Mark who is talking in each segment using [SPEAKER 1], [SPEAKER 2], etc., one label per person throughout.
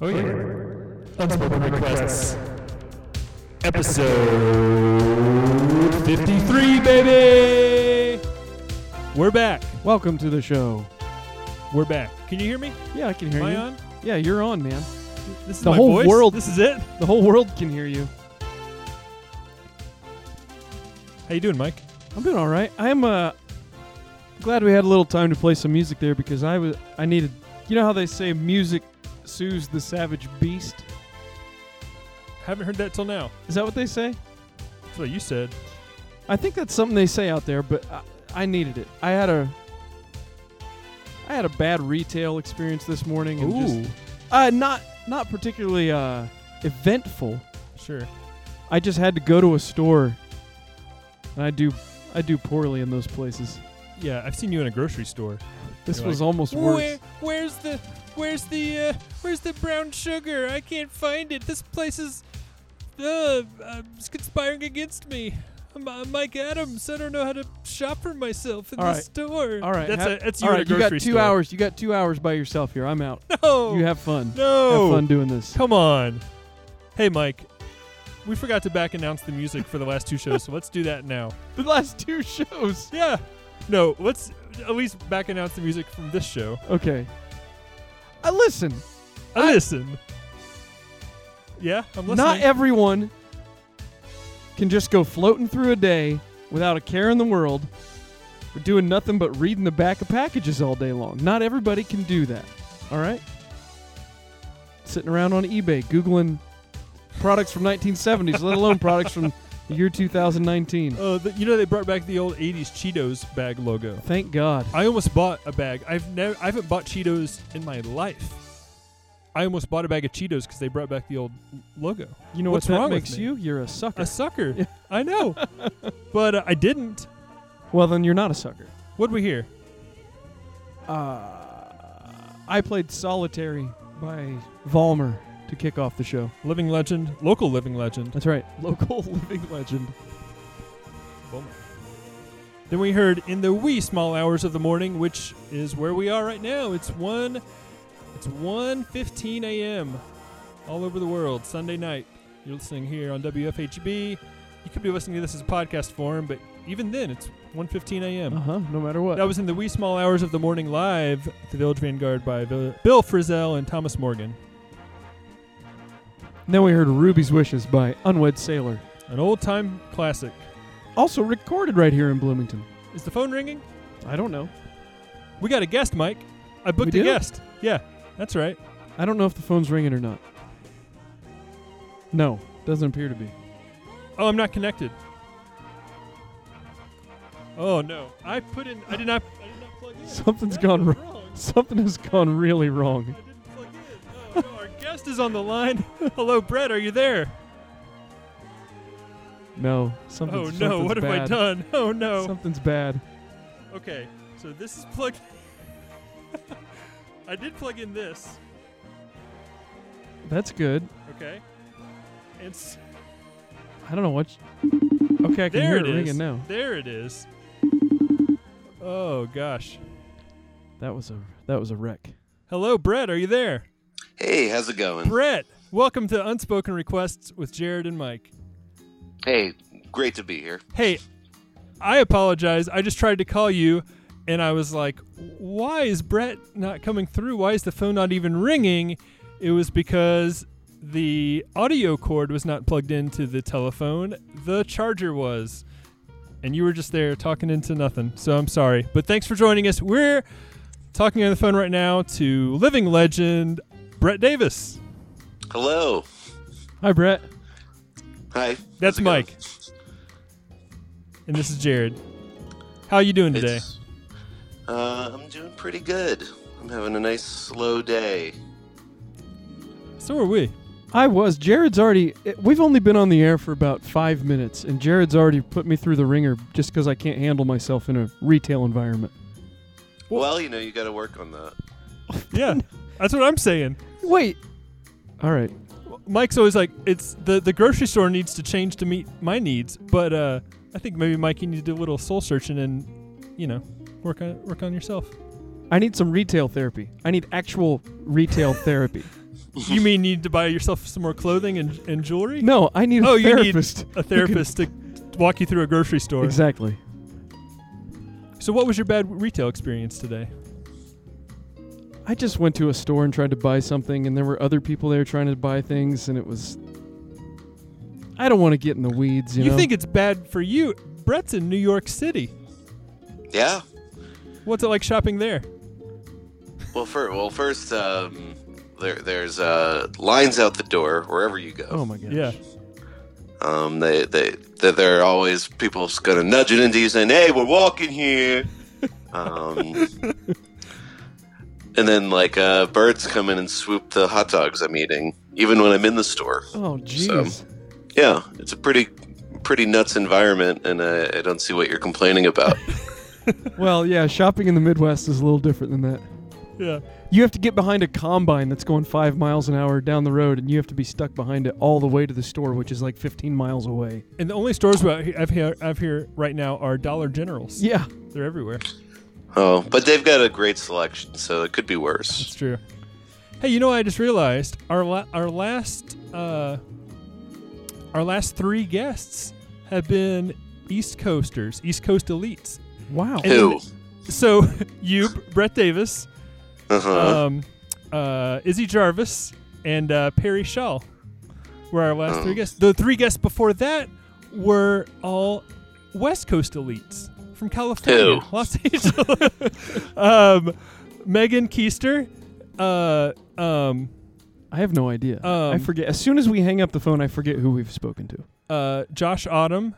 [SPEAKER 1] Oh,
[SPEAKER 2] Unspoken Requests, episode 53, baby! We're back.
[SPEAKER 1] Welcome to the show.
[SPEAKER 2] We're back. Can you hear me?
[SPEAKER 1] Yeah, I can hear
[SPEAKER 2] Am I
[SPEAKER 1] you.
[SPEAKER 2] on?
[SPEAKER 1] Yeah, you're on, man.
[SPEAKER 2] This is
[SPEAKER 1] The
[SPEAKER 2] my
[SPEAKER 1] whole
[SPEAKER 2] voice?
[SPEAKER 1] world-
[SPEAKER 2] This is it.
[SPEAKER 1] The whole world can hear you.
[SPEAKER 2] How you doing, Mike?
[SPEAKER 1] I'm doing all right. I'm uh glad we had a little time to play some music there because I was I needed. You know how they say music soothes the savage beast?
[SPEAKER 2] Haven't heard that till now.
[SPEAKER 1] Is that what they say?
[SPEAKER 2] That's what you said.
[SPEAKER 1] I think that's something they say out there, but I, I needed it. I had a I had a bad retail experience this morning and just uh not not particularly uh eventful.
[SPEAKER 2] sure.
[SPEAKER 1] I just had to go to a store, and I do I do poorly in those places.
[SPEAKER 2] Yeah, I've seen you in a grocery store.
[SPEAKER 1] This
[SPEAKER 2] You're
[SPEAKER 1] was
[SPEAKER 2] like,
[SPEAKER 1] almost worse.
[SPEAKER 2] where's the, where's the, uh, where's the brown sugar? I can't find it. This place is, uh, uh it's conspiring against me. I'm, I'm Mike Adams. I don't know how to shop for myself in
[SPEAKER 1] All
[SPEAKER 2] the
[SPEAKER 1] right.
[SPEAKER 2] store.
[SPEAKER 1] All right,
[SPEAKER 2] that's
[SPEAKER 1] ha-
[SPEAKER 2] a, that's you
[SPEAKER 1] All
[SPEAKER 2] in a
[SPEAKER 1] right, you
[SPEAKER 2] grocery
[SPEAKER 1] got two
[SPEAKER 2] store.
[SPEAKER 1] hours. You got two hours by yourself here. I'm out.
[SPEAKER 2] No,
[SPEAKER 1] You have fun.
[SPEAKER 2] no.
[SPEAKER 1] Have fun doing this.
[SPEAKER 2] Come on. Hey, Mike. We forgot to back announce the music for the last two shows, so let's do that now.
[SPEAKER 1] The last two shows.
[SPEAKER 2] Yeah. No, let's at least back announce the music from this show.
[SPEAKER 1] Okay. Uh, listen,
[SPEAKER 2] Uh, listen. Yeah, I'm listening.
[SPEAKER 1] not everyone can just go floating through a day without a care in the world. We're doing nothing but reading the back of packages all day long. Not everybody can do that. All right? Sitting around on eBay Googling products from 1970s, let alone products from the year 2019.
[SPEAKER 2] Oh, the, you know they brought back the old '80s Cheetos bag logo.
[SPEAKER 1] Thank God.
[SPEAKER 2] I almost bought a bag. I've never, I haven't bought Cheetos in my life. I almost bought a bag of Cheetos because they brought back the old l- logo.
[SPEAKER 1] You know
[SPEAKER 2] What's
[SPEAKER 1] what that
[SPEAKER 2] wrong with
[SPEAKER 1] makes
[SPEAKER 2] me?
[SPEAKER 1] you? You're a sucker.
[SPEAKER 2] A sucker. I know, but uh, I didn't.
[SPEAKER 1] well, then you're not a sucker.
[SPEAKER 2] What'd we hear?
[SPEAKER 1] Uh, I played Solitary by Valmer to kick off the show.
[SPEAKER 2] Living legend, local living legend.
[SPEAKER 1] That's right. Local living legend.
[SPEAKER 2] Then we heard in the wee small hours of the morning, which is where we are right now. It's one, it's one fifteen a.m. all over the world Sunday night. You're listening here on WFHB. You could be listening to this as a podcast form, but even then, it's one fifteen a.m.
[SPEAKER 1] Uh huh. No matter what.
[SPEAKER 2] That was in the wee small hours of the morning live at the Village Vanguard by Bill Bill Frisell and Thomas Morgan,
[SPEAKER 1] then we heard Ruby's Wishes by Unwed Sailor.
[SPEAKER 2] an old time classic.
[SPEAKER 1] Also recorded right here in Bloomington.
[SPEAKER 2] Is the phone ringing?
[SPEAKER 1] I don't know.
[SPEAKER 2] We got a guest, Mike. I booked
[SPEAKER 1] We
[SPEAKER 2] a
[SPEAKER 1] do?
[SPEAKER 2] guest. Yeah, that's right.
[SPEAKER 1] I don't know if the phone's ringing or not. No, doesn't appear to be.
[SPEAKER 2] Oh, I'm not connected. Oh no! I put in. I did not. I did not plug in.
[SPEAKER 1] Something's
[SPEAKER 2] That
[SPEAKER 1] gone
[SPEAKER 2] was
[SPEAKER 1] wrong. Something has gone really wrong.
[SPEAKER 2] I didn't plug in. Oh, no, our guest is on the line. Hello, Brett. Are you there?
[SPEAKER 1] No,
[SPEAKER 2] Oh
[SPEAKER 1] something's
[SPEAKER 2] no!
[SPEAKER 1] something's
[SPEAKER 2] What have I
[SPEAKER 1] bad.
[SPEAKER 2] done? Oh no!
[SPEAKER 1] Something's bad.
[SPEAKER 2] Okay, so this is plugged. I did plug in this.
[SPEAKER 1] That's good.
[SPEAKER 2] Okay. And s-
[SPEAKER 1] I don't know what. you- okay, I can
[SPEAKER 2] there
[SPEAKER 1] hear
[SPEAKER 2] it is.
[SPEAKER 1] ringing now.
[SPEAKER 2] There it is. Oh gosh.
[SPEAKER 1] That was a that was a wreck.
[SPEAKER 2] Hello, Brett. Are you there?
[SPEAKER 3] Hey, how's it going?
[SPEAKER 2] Brett, welcome to Unspoken Requests with Jared and Mike.
[SPEAKER 3] Hey, great to be here.
[SPEAKER 2] Hey, I apologize. I just tried to call you and I was like, why is Brett not coming through? Why is the phone not even ringing? It was because the audio cord was not plugged into the telephone, the charger was. And you were just there talking into nothing. So I'm sorry. But thanks for joining us. We're talking on the phone right now to living legend Brett Davis.
[SPEAKER 3] Hello.
[SPEAKER 1] Hi, Brett.
[SPEAKER 3] Hi.
[SPEAKER 2] That's
[SPEAKER 3] how's it going?
[SPEAKER 2] Mike. And this is Jared. How you doing today?
[SPEAKER 3] It's- Uh, I'm doing pretty good. I'm having a nice slow day.
[SPEAKER 2] So are we.
[SPEAKER 1] I was. Jared's already. it- We've only been on the air for about five minutes, and Jared's already put me through the ringer just because I can't handle myself in a retail environment.
[SPEAKER 3] Well, you know, you got to work on that.
[SPEAKER 2] Yeah, that's what I'm saying.
[SPEAKER 1] Wait. All right.
[SPEAKER 2] Mike's always like, it's the the grocery store needs to change to meet my needs, but uh, I think maybe Mike, you need to do a little soul searching and, you know, work on work on yourself.
[SPEAKER 1] I need some retail therapy. I need actual retail therapy.
[SPEAKER 2] you mean you need to buy yourself some more clothing and, and jewelry?
[SPEAKER 1] No, I need a
[SPEAKER 2] Oh, you need
[SPEAKER 1] therapist.
[SPEAKER 2] A therapist to walk you through a grocery store.
[SPEAKER 1] Exactly.
[SPEAKER 2] So, what was your bad retail experience today?
[SPEAKER 1] I just went to a store and tried to buy something, and there were other people there trying to buy things, and it was. I don't want to get in the weeds, you,
[SPEAKER 2] You
[SPEAKER 1] know.
[SPEAKER 2] think it's bad for you? Brett's in New York City.
[SPEAKER 3] Yeah.
[SPEAKER 2] What's it like shopping there?
[SPEAKER 3] Well, for, well first, um, there, there's uh, lines out the door wherever you go.
[SPEAKER 1] oh my gosh.
[SPEAKER 2] Yeah.
[SPEAKER 3] Um, they, they, they, there are always people just gonna nudge it into you saying, "Hey, we're walking here." Um, and then like uh, birds come in and swoop the hot dogs I'm eating, even when I'm in the store.
[SPEAKER 1] Oh jeez.
[SPEAKER 3] Yeah, it's a pretty, pretty nuts environment, and I, I don't see what you're complaining about.
[SPEAKER 1] Well, yeah, shopping in the Midwest is a little different than that.
[SPEAKER 2] Yeah.
[SPEAKER 1] You have to get behind a combine that's going five miles an hour down the road, and you have to be stuck behind it all the way to the store, which is like 15 miles away.
[SPEAKER 2] And the only stores we- I've here, I've here right now are Dollar Generals.
[SPEAKER 1] Yeah.
[SPEAKER 2] They're everywhere.
[SPEAKER 3] oh, but they've got a great selection, so it could be worse.
[SPEAKER 2] It's true. Hey, you know what I just realized? Our la- our last uh, our last three guests have been East Coasters, East Coast elites.
[SPEAKER 1] Wow.
[SPEAKER 2] And
[SPEAKER 3] Who?
[SPEAKER 2] So you, Brett Davis,
[SPEAKER 3] Uh-huh.
[SPEAKER 2] um, uh, Izzy Jarvis, and uh, Perry Shaw were our last
[SPEAKER 3] Oh.
[SPEAKER 2] three guests. The three guests before that were all West Coast elites from California,
[SPEAKER 3] Who?
[SPEAKER 2] Los Angeles. um, Megan Keister. Uh, um,
[SPEAKER 1] I have no idea. I
[SPEAKER 2] Um,
[SPEAKER 1] forget. As soon as we hang up the phone, I forget who we've spoken to.
[SPEAKER 2] uh, Josh Autumn,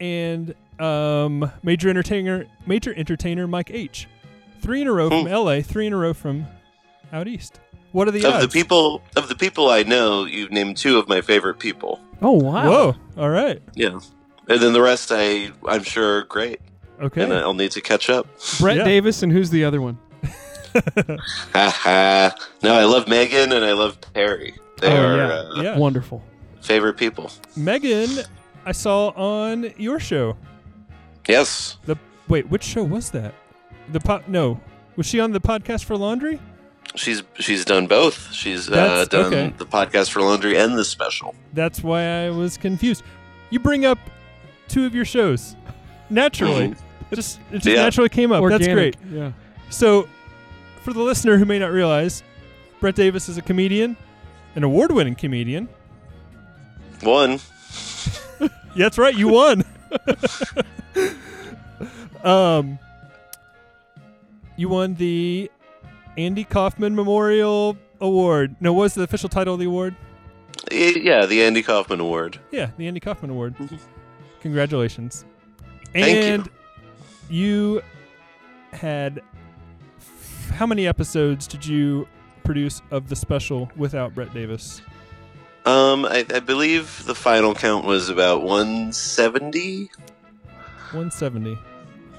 [SPEAKER 2] and um, major entertainer, major entertainer Mike H. Three in a row from
[SPEAKER 3] Hmm.
[SPEAKER 2] L.A. Three in a row from out east. What are the
[SPEAKER 3] Of
[SPEAKER 2] odds?
[SPEAKER 3] the people, of the people I know, you've named two of my favorite people.
[SPEAKER 1] Oh wow.
[SPEAKER 2] Whoa! All right.
[SPEAKER 3] Yeah. And then the rest, I I'm sure are great, and
[SPEAKER 2] Okay.
[SPEAKER 3] I'll need to catch up.
[SPEAKER 1] Brett
[SPEAKER 2] Yeah.
[SPEAKER 1] Davis and who's the other one?
[SPEAKER 3] Ha ha! no, I love Megan and I love Perry. They
[SPEAKER 1] Oh,
[SPEAKER 3] are
[SPEAKER 1] yeah.
[SPEAKER 3] uh,
[SPEAKER 2] Yeah.
[SPEAKER 1] Wonderful.
[SPEAKER 3] favorite people.
[SPEAKER 2] Megan, I saw on your show.
[SPEAKER 3] Yes,
[SPEAKER 2] The wait, which show was that? The pot? No, was she on the podcast for laundry?
[SPEAKER 3] she's she's done both. She's uh,
[SPEAKER 2] That's-
[SPEAKER 3] done
[SPEAKER 2] okay.
[SPEAKER 3] the podcast for laundry and the special.
[SPEAKER 2] That's why I was confused. You bring up two of your shows naturally. just it just
[SPEAKER 3] Yeah.
[SPEAKER 2] naturally came up. Oh, That's great.
[SPEAKER 1] Organic. Yeah.
[SPEAKER 2] So, for the listener who may not realize, Brett Davis is a comedian, an award winning comedian.
[SPEAKER 3] One.
[SPEAKER 2] Yeah, that's right, you won. um, you won the Andy Kaufman Memorial Award. No, what was the official title of the award?
[SPEAKER 3] Y- Yeah, the Andy Kaufman Award.
[SPEAKER 2] Yeah, the Andy Kaufman Award. Congratulations.
[SPEAKER 3] Mm-hmm. Thank you.
[SPEAKER 2] and you. had f- how many episodes did you produce of the special without Brett Davis?
[SPEAKER 3] Um, I, I believe the final count was about 170.
[SPEAKER 2] 170.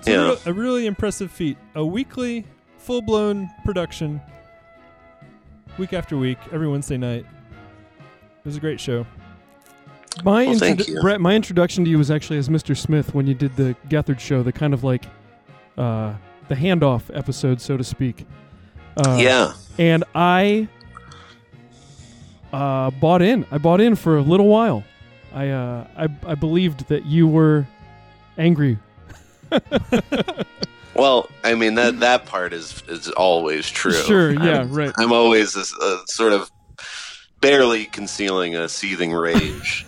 [SPEAKER 2] So
[SPEAKER 3] Yeah.
[SPEAKER 2] a, real- a really impressive feat. A weekly, full blown production, week after week, every Wednesday night. It was a great show.
[SPEAKER 1] My
[SPEAKER 3] Well, thank
[SPEAKER 1] introdu-
[SPEAKER 3] you.
[SPEAKER 1] Brett, my introduction to you was actually as Mr. Smith when you did the Gethard show, the kind of like uh, the handoff episode, so to speak. Uh,
[SPEAKER 3] yeah,
[SPEAKER 1] And I uh, bought in. I bought in for a little while. I uh, I, I believed that you were angry.
[SPEAKER 3] Well, I mean that that part is is always true.
[SPEAKER 1] Sure. Yeah.
[SPEAKER 3] I'm,
[SPEAKER 1] Right.
[SPEAKER 3] I'm always this, uh, sort of barely concealing a seething rage,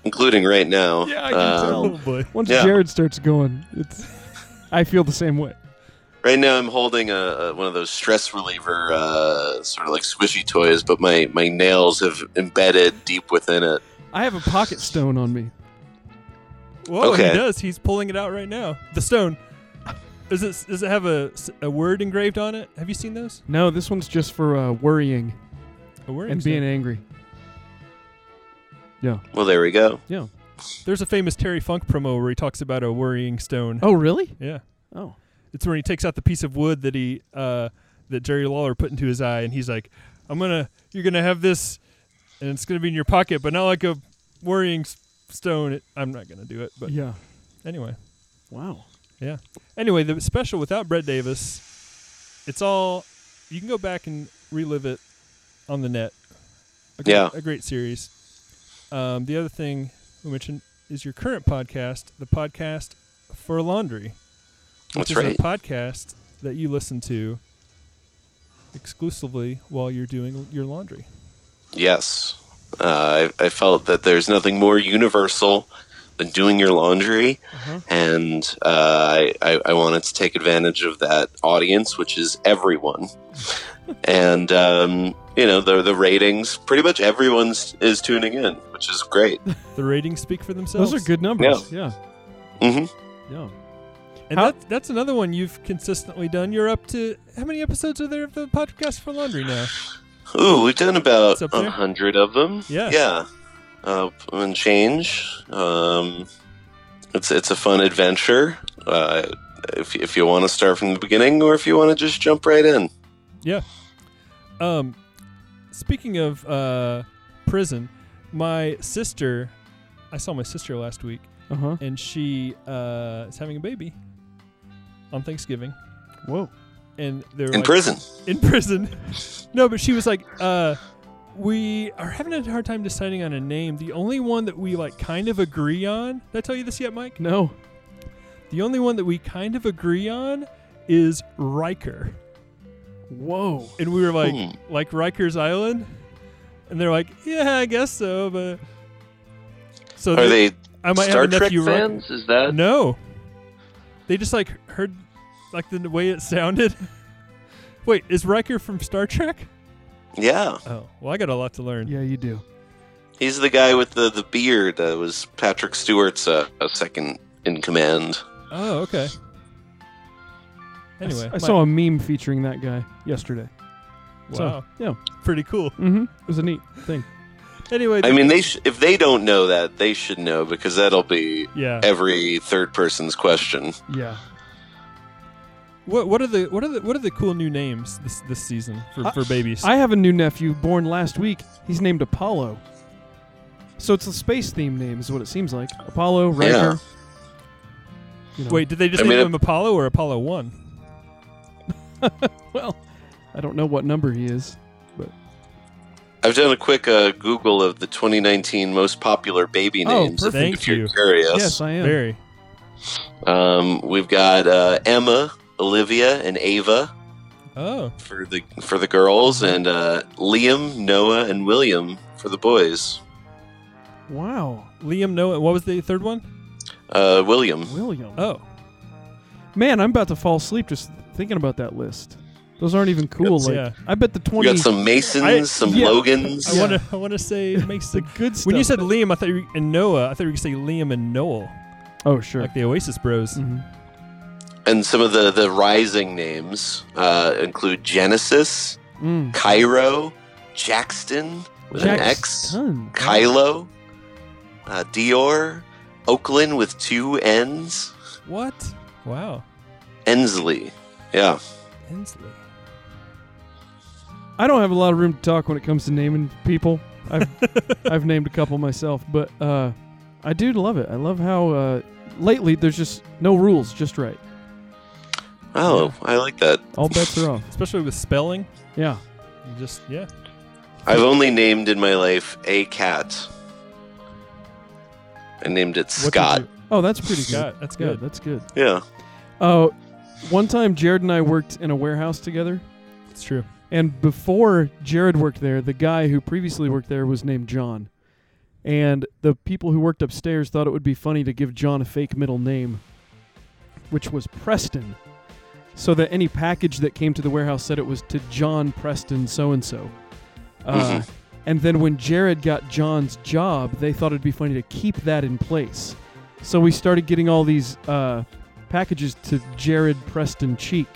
[SPEAKER 3] including right now.
[SPEAKER 1] Yeah, I can
[SPEAKER 3] Um,
[SPEAKER 1] tell.
[SPEAKER 2] boy.
[SPEAKER 1] Once
[SPEAKER 3] yeah.
[SPEAKER 1] Jared starts going, it's I feel the same way.
[SPEAKER 3] Right now, I'm holding a, a one of those stress reliever uh, sort of like squishy toys, but my my nails have embedded deep within it.
[SPEAKER 1] I have a pocket stone on me.
[SPEAKER 2] Whoa,
[SPEAKER 3] Okay.
[SPEAKER 2] he does. He's pulling it out right now. The stone. Does it, does it have a, s- a word engraved on it? Have you seen those?
[SPEAKER 1] No, this one's just for uh, worrying
[SPEAKER 2] A word
[SPEAKER 1] and
[SPEAKER 2] engraved.
[SPEAKER 1] being angry.
[SPEAKER 3] Well, there we go.
[SPEAKER 1] Yeah.
[SPEAKER 2] There's a famous Terry Funk promo where he talks about a worrying stone.
[SPEAKER 1] Oh, really?
[SPEAKER 2] Yeah.
[SPEAKER 1] Oh.
[SPEAKER 2] It's when he takes out the piece of wood that he uh, that Jerry Lawler put into his eye, and he's like, "I'm gonna, you're gonna have this, and it's gonna be in your pocket, but not like a worrying s- stone." It, I'm not gonna do it, but
[SPEAKER 1] yeah.
[SPEAKER 2] anyway,
[SPEAKER 1] Wow.
[SPEAKER 2] yeah. Anyway, the special without Brett Davis, it's all you can go back and relive it on the net a great,
[SPEAKER 3] Yeah.
[SPEAKER 2] a great series. Um, the other thing we mentioned is your current podcast, the podcast for laundry.
[SPEAKER 3] That's
[SPEAKER 2] which is
[SPEAKER 3] right.
[SPEAKER 2] a podcast that you listen to exclusively while you're doing your laundry.
[SPEAKER 3] Yes. Uh, I, I felt that there's nothing more universal than doing your laundry.
[SPEAKER 2] Mm-hmm.
[SPEAKER 1] Uh-huh.
[SPEAKER 3] And uh, I, I, I wanted to take advantage of that audience, which is everyone. and, um, you know, the, the ratings, pretty much everyone's is tuning in, which is great.
[SPEAKER 2] The ratings speak for themselves.
[SPEAKER 1] Those are good numbers. Yeah.
[SPEAKER 3] hmm
[SPEAKER 1] Yeah.
[SPEAKER 2] And
[SPEAKER 1] How-
[SPEAKER 2] that, that's another one you've consistently done. You're up to how many episodes are there of the podcast for laundry now?
[SPEAKER 3] Ooh, we've done about
[SPEAKER 2] It's up there.
[SPEAKER 3] a hundred of them.
[SPEAKER 2] Yeah.
[SPEAKER 3] yeah, uh, and change. Um, it's it's a fun adventure. Uh, if if you want to start from the beginning, or if you want to just jump right in.
[SPEAKER 2] Um, speaking of uh, prison, my sister, I saw my sister last week,
[SPEAKER 1] Uh huh.
[SPEAKER 2] and she uh, is having a baby on Thanksgiving,
[SPEAKER 1] Whoa.
[SPEAKER 2] and they're
[SPEAKER 3] In prison,
[SPEAKER 2] in prison. no, but she was like, uh, we are having a hard time deciding on a name. The only one that we like kind of agree on. Did I tell you this yet, Mike?
[SPEAKER 1] No.
[SPEAKER 2] The only one that we kind of agree on is Riker.
[SPEAKER 1] Whoa.
[SPEAKER 2] And we were like,
[SPEAKER 3] Hmm.
[SPEAKER 2] like Rikers Island? And they're like, yeah, I guess so, but so
[SPEAKER 3] are they
[SPEAKER 2] I might
[SPEAKER 3] Star
[SPEAKER 2] have a
[SPEAKER 3] Trek
[SPEAKER 2] nephew Ri-
[SPEAKER 3] fans? Is that
[SPEAKER 2] No. They just like heard like the way it sounded. Wait, is Riker from Star Trek?
[SPEAKER 3] yeah?
[SPEAKER 2] Oh, well, I got a lot to learn.
[SPEAKER 1] Yeah, you do.
[SPEAKER 3] He's the guy with the the beard. Uh, was Patrick Stewart's uh, a second in command?
[SPEAKER 2] Oh, okay.
[SPEAKER 1] I s-
[SPEAKER 2] Anyway,
[SPEAKER 1] I, saw a meme featuring that guy yesterday.
[SPEAKER 2] wow,
[SPEAKER 1] so- yeah.
[SPEAKER 2] pretty cool.
[SPEAKER 1] Mm-hmm. It was a neat thing.
[SPEAKER 2] Anyway,
[SPEAKER 3] I mean, they sh- if they don't know that, they should know because that'll be
[SPEAKER 2] yeah.
[SPEAKER 3] every third person's question.
[SPEAKER 1] Yeah.
[SPEAKER 2] What what are the what are the what are the cool new names this this season for,
[SPEAKER 1] I-
[SPEAKER 2] for babies?
[SPEAKER 1] I have a new nephew born last week. He's named Apollo. So it's a space theme name, is what it seems like. Apollo, Riker.
[SPEAKER 3] Yeah.
[SPEAKER 1] You know.
[SPEAKER 2] Wait, did they just
[SPEAKER 3] I
[SPEAKER 2] name
[SPEAKER 3] mean,
[SPEAKER 2] him Apollo or Apollo One?
[SPEAKER 1] Well, I don't know what number he is.
[SPEAKER 3] I've done a quick uh, Google of the 2019 most popular baby
[SPEAKER 1] Oh,
[SPEAKER 3] names.
[SPEAKER 2] perfect.
[SPEAKER 3] if-
[SPEAKER 2] Thank
[SPEAKER 3] If you're
[SPEAKER 2] you.
[SPEAKER 3] curious,
[SPEAKER 1] Yes, I am.
[SPEAKER 2] Very.
[SPEAKER 3] um, we've got uh, Emma, Olivia, and Ava
[SPEAKER 2] Oh,
[SPEAKER 3] for the for the girls,
[SPEAKER 2] Mm-hmm.
[SPEAKER 3] and uh, Liam, Noah, and William for the boys.
[SPEAKER 1] Wow.
[SPEAKER 2] Liam Noah. What was the third one?
[SPEAKER 3] Uh, William,
[SPEAKER 1] William.
[SPEAKER 2] Oh,
[SPEAKER 1] Man, I'm about to fall asleep just thinking about that list. Those aren't even cool.
[SPEAKER 2] Yes.
[SPEAKER 1] Like,
[SPEAKER 2] Yeah.
[SPEAKER 1] I bet the
[SPEAKER 3] we
[SPEAKER 1] 20
[SPEAKER 3] got some Masons,
[SPEAKER 2] I-
[SPEAKER 3] some
[SPEAKER 1] yeah.
[SPEAKER 3] Logans.
[SPEAKER 2] I
[SPEAKER 1] Yeah.
[SPEAKER 2] want to I want to say makes
[SPEAKER 1] the
[SPEAKER 2] the.
[SPEAKER 1] good stuff.
[SPEAKER 2] When you said
[SPEAKER 1] that-
[SPEAKER 2] Liam, I thought you were- and Noah, I thought you were gonna say Liam and Noel,
[SPEAKER 1] oh sure,
[SPEAKER 2] like the Oasis Bros.
[SPEAKER 1] hmm
[SPEAKER 3] And some of the the rising names uh, include Genesis,
[SPEAKER 2] Mm.
[SPEAKER 3] Cairo, Jackson with an X,
[SPEAKER 1] Jackson.
[SPEAKER 3] Kylo, uh, Dior, Oakland with two N's,
[SPEAKER 2] What? Wow,
[SPEAKER 3] Ensley. Yeah.
[SPEAKER 2] Hensley.
[SPEAKER 1] I don't have a lot of room to talk when it comes to naming people. I've I've named a couple myself, but uh, I do love it. I love how uh, lately there's just no rules, just right.
[SPEAKER 3] Oh, I like that.
[SPEAKER 1] All bets are off.
[SPEAKER 2] Especially with spelling,
[SPEAKER 1] Yeah.
[SPEAKER 2] you just yeah.
[SPEAKER 3] I've only named in my life a cat. I named it
[SPEAKER 1] What did
[SPEAKER 3] Scott.
[SPEAKER 1] you- Oh, that's pretty good.
[SPEAKER 2] Scott, that's
[SPEAKER 1] Yeah,
[SPEAKER 2] good.
[SPEAKER 1] that's good.
[SPEAKER 3] Yeah.
[SPEAKER 1] Uh, one time Jared and I worked in a warehouse together,
[SPEAKER 2] It's true.
[SPEAKER 1] and before Jared worked there, the guy who previously worked there was named John. And the people who worked upstairs thought it would be funny to give John a fake middle name, which was Preston. So that any package that came to the warehouse said it was to John Preston so and so. Uh, And then when Jared got John's job, they thought it'd be funny to keep that in place. So we started getting all these uh, packages to Jared Preston Cheek.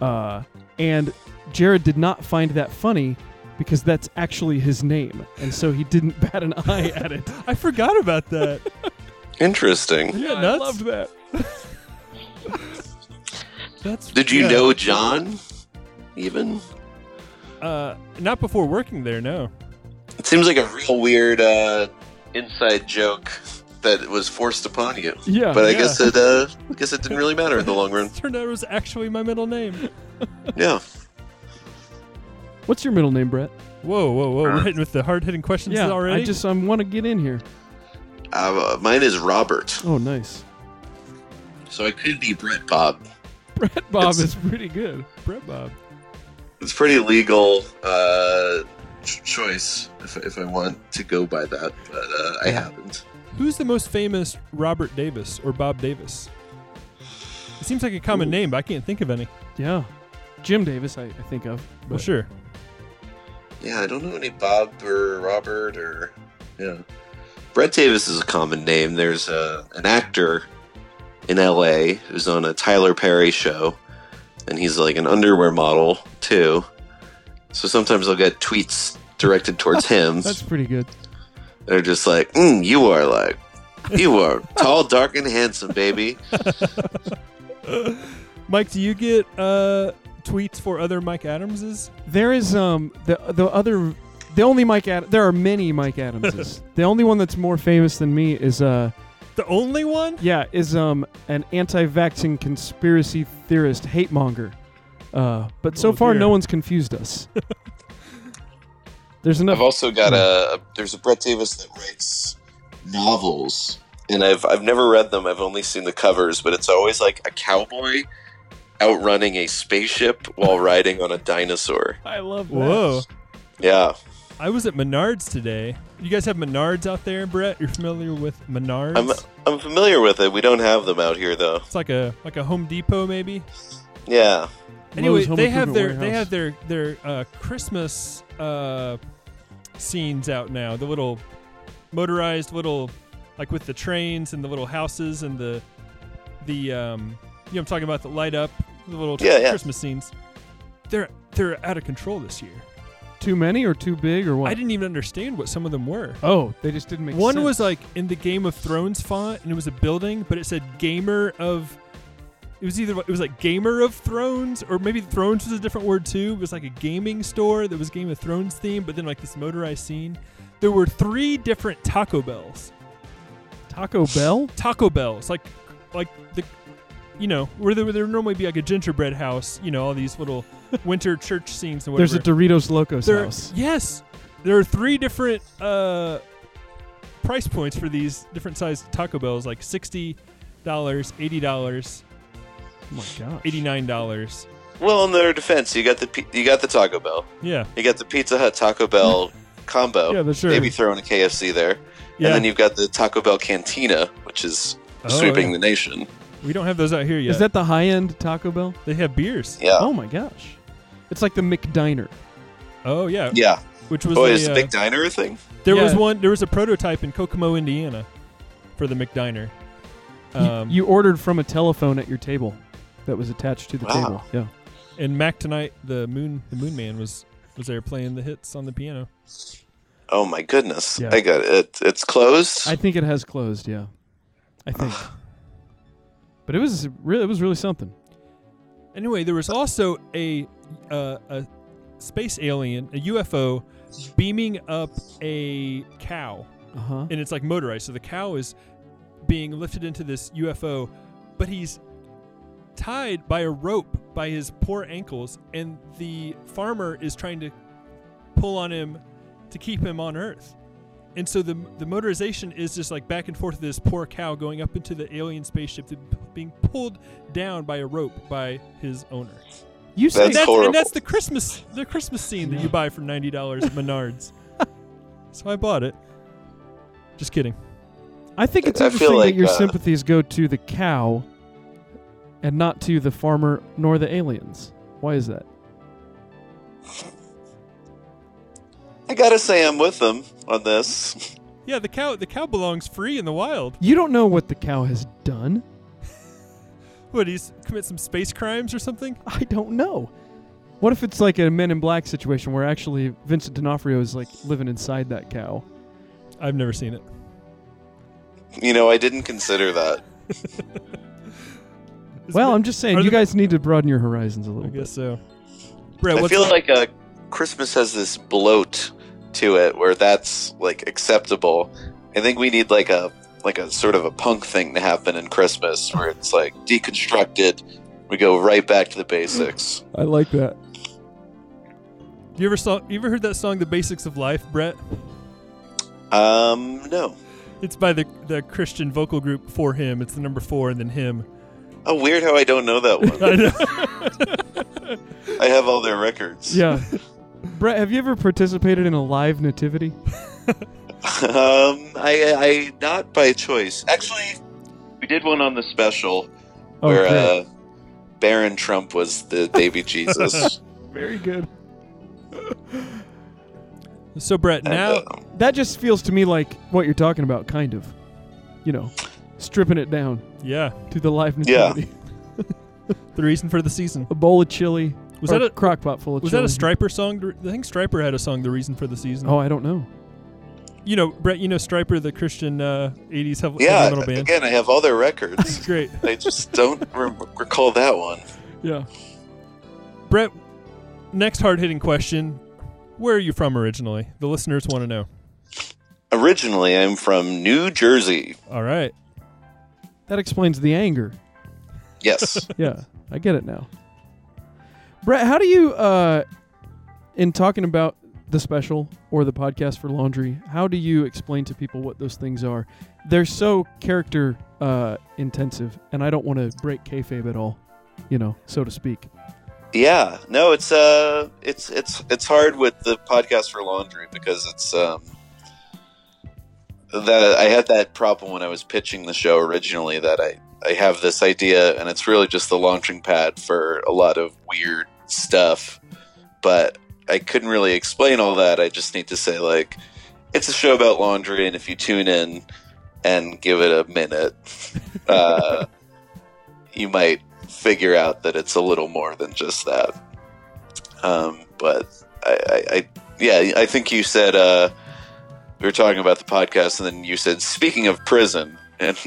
[SPEAKER 1] Uh, and Jared did not find that funny because that's actually his name. And so he didn't bat an eye at it.
[SPEAKER 2] I forgot about that.
[SPEAKER 3] Interesting.
[SPEAKER 2] Isn't that
[SPEAKER 1] I
[SPEAKER 2] nuts?
[SPEAKER 1] loved that.
[SPEAKER 2] That's
[SPEAKER 3] Did you
[SPEAKER 2] yeah.
[SPEAKER 3] know John? Even?
[SPEAKER 2] Uh, not before working there. No.
[SPEAKER 3] It seems like a real weird uh, inside joke that was forced upon you.
[SPEAKER 1] Yeah.
[SPEAKER 3] But I
[SPEAKER 2] yeah.
[SPEAKER 3] guess it uh, I guess it didn't really matter in the long run.
[SPEAKER 2] Turned out it was actually my middle name.
[SPEAKER 3] Yeah.
[SPEAKER 1] What's your middle name, Brett?
[SPEAKER 2] Whoa, whoa, whoa! We're hitting with the hard-hitting questions
[SPEAKER 1] yeah,
[SPEAKER 2] already.
[SPEAKER 1] I just I want to get in here.
[SPEAKER 3] Uh, mine is Robert,
[SPEAKER 1] Oh, nice.
[SPEAKER 3] so I could be Brett Bob.
[SPEAKER 1] Brett Bob
[SPEAKER 3] It's-
[SPEAKER 1] is pretty good.
[SPEAKER 2] Brett Bob.
[SPEAKER 3] It's pretty legal uh, ch- choice if, if I want to go by that, but uh, I haven't.
[SPEAKER 2] Who's the most famous Robert Davis or Bob Davis? It seems like a common name, but I can't think of any.
[SPEAKER 1] Yeah, Jim Davis, I, I think of. But
[SPEAKER 2] Well, sure.
[SPEAKER 3] Yeah, I don't know any Bob or Robert or yeah. Brett Davis is a common name. There's a, an actor in L.A. who's on a Tyler Perry show, and he's like an underwear model too. So sometimes I'll get tweets directed towards him.
[SPEAKER 1] that's pretty good.
[SPEAKER 3] They're just like, mm, "You are like, you are tall, dark, and handsome, baby."
[SPEAKER 2] Mike, do you get uh, tweets for other Mike Adamses?
[SPEAKER 1] There is um the the other the only Mike Ad- there are many Mike Adamses. the only one that's more famous than me is uh
[SPEAKER 2] The only one?
[SPEAKER 1] yeah is um an anti-vaccine conspiracy theorist hate monger. Uh, but so
[SPEAKER 2] Oh,
[SPEAKER 1] far
[SPEAKER 2] dear.
[SPEAKER 1] no one's confused us. There's enough.
[SPEAKER 3] I've also got a, a- there's a Brett Davis that writes novels, and I've I've never read them. I've only seen the covers, but it's always like a cowboy outrunning a spaceship while riding on a dinosaur.
[SPEAKER 1] I love that.
[SPEAKER 2] Whoa.
[SPEAKER 3] Yeah,
[SPEAKER 2] I was at Menards today. You guys have Menards out there, Brett? You're familiar with Menards?
[SPEAKER 3] I'm I'm familiar with it. We don't have them out here though.
[SPEAKER 2] it's like a like a Home Depot maybe.
[SPEAKER 3] Yeah,
[SPEAKER 2] Anyway,
[SPEAKER 1] Lowe's Home
[SPEAKER 2] they have
[SPEAKER 1] Improvement
[SPEAKER 2] their they
[SPEAKER 1] Warehouse.
[SPEAKER 2] have their their uh, Christmas uh, scenes out now. The little motorized little like with the trains and the little houses and the the um you know I'm talking about the light up the little
[SPEAKER 3] Yeah, yeah.
[SPEAKER 2] Christmas scenes. They're they're out of control this year.
[SPEAKER 1] too many or too big or what?
[SPEAKER 2] I didn't even understand what some of them were.
[SPEAKER 1] oh, they just didn't make
[SPEAKER 2] One
[SPEAKER 1] sense.
[SPEAKER 2] was like in the Game of Thrones font, and it was a building, but it said "Gamer of." It was either it was like "Gamer of Thrones" or maybe "Thrones" was a different word too. It was like a gaming store that was Game of Thrones themed, but then like this motorized scene. There were three different Taco Bells.
[SPEAKER 1] Taco Bell.
[SPEAKER 2] Taco Bells, like like the, you know, where there, where there would normally be like a gingerbread house. You know, all these little winter church scenes and whatever.
[SPEAKER 1] There's a Doritos Locos
[SPEAKER 2] There-
[SPEAKER 1] house.
[SPEAKER 2] Yes, there are three different uh, price points for these different sized Taco Bells, like sixty dollars, eighty dollars,
[SPEAKER 1] Oh my god.
[SPEAKER 2] eighty nine dollars.
[SPEAKER 3] well, in their defense, you got the pi- you got the Taco Bell,
[SPEAKER 2] Yeah,
[SPEAKER 3] you got the Pizza Hut Taco Bell combo.
[SPEAKER 2] yeah, that's sure.
[SPEAKER 3] Maybe throwing a KFC there,
[SPEAKER 2] yeah.
[SPEAKER 3] and then you've got the Taco Bell Cantina, which is
[SPEAKER 2] Oh,
[SPEAKER 3] sweeping
[SPEAKER 2] yeah.
[SPEAKER 3] the nation.
[SPEAKER 2] We don't have those out here yet.
[SPEAKER 1] Is that the high end Taco Bell?
[SPEAKER 2] they have beers?
[SPEAKER 3] Yeah,
[SPEAKER 1] Oh my gosh. It's like the McDiner.
[SPEAKER 2] Oh yeah,
[SPEAKER 3] yeah.
[SPEAKER 2] which was
[SPEAKER 3] Oh,
[SPEAKER 2] a,
[SPEAKER 3] is the
[SPEAKER 2] uh,
[SPEAKER 3] big diner a thing?
[SPEAKER 2] there was
[SPEAKER 1] Yeah.
[SPEAKER 2] one. There was a prototype in Kokomo, Indiana, for the McDiner.
[SPEAKER 1] You-
[SPEAKER 2] Um,
[SPEAKER 1] you, ordered from a telephone at your table that was attached to the
[SPEAKER 3] Wow.
[SPEAKER 1] table. Yeah.
[SPEAKER 2] and Mac tonight, the moon, the moon man was was there playing the hits on the piano.
[SPEAKER 3] Oh my goodness!
[SPEAKER 1] Yeah.
[SPEAKER 3] I got it. It's closed.
[SPEAKER 1] I think it has closed, yeah. I think. but it was really it was really something.
[SPEAKER 2] Anyway, there was also a uh, a space alien, a UFO, beaming up a cow,
[SPEAKER 1] Uh-huh.
[SPEAKER 2] and it's like motorized. So the cow is being lifted into this UFO, but he's tied by a rope by his poor ankles, and the farmer is trying to pull on him to keep him on Earth. And so the the motorization is just like back and forth of this poor cow going up into the alien spaceship, that- being pulled down by a rope by his owner.
[SPEAKER 1] You
[SPEAKER 2] And
[SPEAKER 1] say
[SPEAKER 3] That's
[SPEAKER 2] that's,
[SPEAKER 3] horrible.
[SPEAKER 2] and that's the Christmas the Christmas scene that you buy for ninety dollars at Menards. so I bought it. Just kidding.
[SPEAKER 1] I think it's
[SPEAKER 3] I feel
[SPEAKER 1] interesting
[SPEAKER 3] like,
[SPEAKER 1] that your
[SPEAKER 3] uh,
[SPEAKER 1] sympathies go to the cow and not to the farmer nor the aliens. Why is that?
[SPEAKER 3] I gotta say, I'm with them on this.
[SPEAKER 2] Yeah, the cow the cow belongs free in the wild.
[SPEAKER 1] You don't know what the cow has done.
[SPEAKER 2] What he's commit some space crimes or something?
[SPEAKER 1] I don't know. What if it's like a Men in Black situation where actually Vincent D'Onofrio is like living inside that cow?
[SPEAKER 2] I've never seen it.
[SPEAKER 3] You know, I didn't consider that.
[SPEAKER 2] Is
[SPEAKER 1] well,
[SPEAKER 2] it-
[SPEAKER 1] I'm just saying
[SPEAKER 2] are
[SPEAKER 1] you
[SPEAKER 2] the-
[SPEAKER 1] guys need to broaden your horizons a
[SPEAKER 2] I
[SPEAKER 1] little
[SPEAKER 2] guess
[SPEAKER 1] bit.
[SPEAKER 2] so. Brett,
[SPEAKER 3] I
[SPEAKER 2] what's
[SPEAKER 3] feel like uh, Christmas has this bloat to it, where that's like acceptable. I think we need like a like a sort of a punk thing to happen in Christmas, where it's like deconstructed. We go right back to the basics.
[SPEAKER 1] I like that.
[SPEAKER 2] You ever saw? You ever heard that song, "The Basics of Life," Brett?
[SPEAKER 3] Um, no.
[SPEAKER 2] It's by the the Christian vocal group For Him. It's the number four, and then Him.
[SPEAKER 3] Oh, weird how I don't know that one.
[SPEAKER 2] I know.
[SPEAKER 3] I have all their records.
[SPEAKER 1] Yeah. Brett, have you ever participated in a live nativity?
[SPEAKER 3] Um, I, I not by choice. Actually, we did one on the special where
[SPEAKER 1] great.
[SPEAKER 3] uh, Baron Trump was the baby Jesus.
[SPEAKER 1] Very good.
[SPEAKER 2] so Brett,
[SPEAKER 3] And,
[SPEAKER 2] now
[SPEAKER 3] um,
[SPEAKER 1] That just feels to me like what you're talking about, kind of. You know, stripping it down
[SPEAKER 2] yeah,
[SPEAKER 1] to the live
[SPEAKER 3] Yeah.
[SPEAKER 1] nativity.
[SPEAKER 2] the reason for the season
[SPEAKER 1] A bowl of chili.
[SPEAKER 2] was
[SPEAKER 1] or
[SPEAKER 2] that a
[SPEAKER 1] crock pot full of
[SPEAKER 2] was
[SPEAKER 1] chili.
[SPEAKER 2] that a Striper song? I think Striper had a song, "The Reason for the Season."
[SPEAKER 1] Oh, I don't know.
[SPEAKER 2] You know, Brett, you know Striper, the Christian uh, '80s heavy
[SPEAKER 3] yeah,
[SPEAKER 2] heavy metal band.
[SPEAKER 3] again, I have all their records.
[SPEAKER 2] Great,
[SPEAKER 3] I just don't re- recall that one.
[SPEAKER 1] Yeah.
[SPEAKER 2] Brett. Next hard hitting question: Where are you from originally? The listeners want to know.
[SPEAKER 3] Originally, I'm from New Jersey.
[SPEAKER 2] All right,
[SPEAKER 1] That explains the anger.
[SPEAKER 3] Yes.
[SPEAKER 1] yeah, I get it now. Brett, how do you, uh, in talking about the special or the podcast for laundry, how do you explain to people what those things are? They're so character uh, intensive, and I don't want to break kayfabe at all, you know, so to speak.
[SPEAKER 3] Yeah, no, it's uh, it's it's it's hard with the podcast for laundry because it's um, that I had that problem when I was pitching the show originally that I I have this idea and it's really just the launching pad for a lot of weird stuff, but I couldn't really explain all that. I just need to say like, it's a show about laundry, and if you tune in and give it a minute, uh, you might figure out that it's a little more than just that. Um, but I, I, I, yeah, I think you said uh, we were talking about the podcast, and then you said, "Speaking of prison," and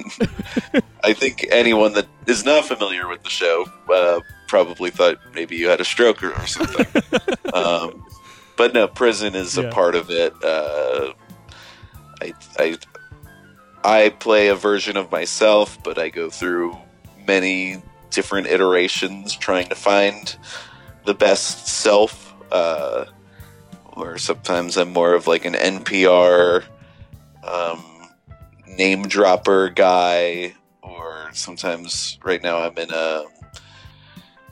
[SPEAKER 3] I think anyone that is not familiar with the show uh, probably thought maybe you had a stroke or, or something. um, but no, prison is
[SPEAKER 2] Yeah.
[SPEAKER 3] a part of it. Uh, I, I, I play a version of myself, but I go through many different iterations trying to find the best self. Uh, or sometimes I'm more of like an NPR um, name dropper guy, or sometimes right now I'm in a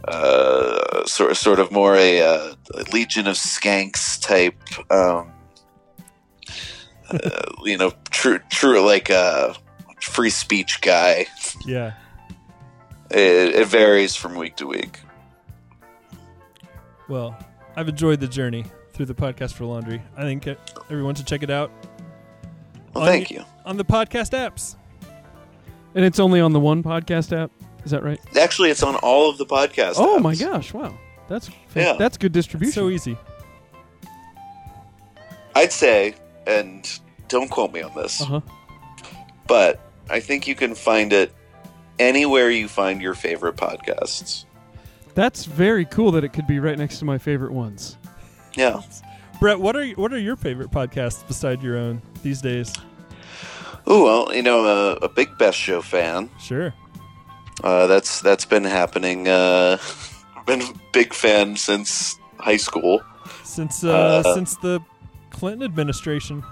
[SPEAKER 3] uh, sort sort of more a, uh Legion of Skanks type, um, uh, you know, true true like a free speech guy.
[SPEAKER 2] yeah.
[SPEAKER 3] It, it varies from week to week.
[SPEAKER 2] Well, I've enjoyed the journey through the podcast for laundry. I think uh, everyone should check it out
[SPEAKER 3] Well,
[SPEAKER 2] On
[SPEAKER 3] thank
[SPEAKER 2] y-
[SPEAKER 3] you.
[SPEAKER 2] on the podcast apps.
[SPEAKER 1] And it's only on the one podcast app. Is that right?
[SPEAKER 3] Actually, it's on all of the podcasts.
[SPEAKER 1] Oh my gosh! Wow, that's fan-
[SPEAKER 3] Yeah.
[SPEAKER 1] that's good
[SPEAKER 2] It's
[SPEAKER 1] distribution.
[SPEAKER 2] so easy.
[SPEAKER 3] I'd say, and don't quote me on this,
[SPEAKER 1] uh huh.
[SPEAKER 3] but I think you can find it anywhere you find your favorite podcasts.
[SPEAKER 1] That's very cool that it could be right next to my favorite ones.
[SPEAKER 3] Yeah.
[SPEAKER 2] Brett, what are y- what are your favorite podcasts beside your own these days?
[SPEAKER 3] Oh well, you know, I'm a, a big Best Show fan.
[SPEAKER 2] Sure.
[SPEAKER 3] Uh, that's that's been happening. Uh, I've been a big fan since high school.
[SPEAKER 2] Since uh,
[SPEAKER 3] Uh,
[SPEAKER 2] since the Clinton administration.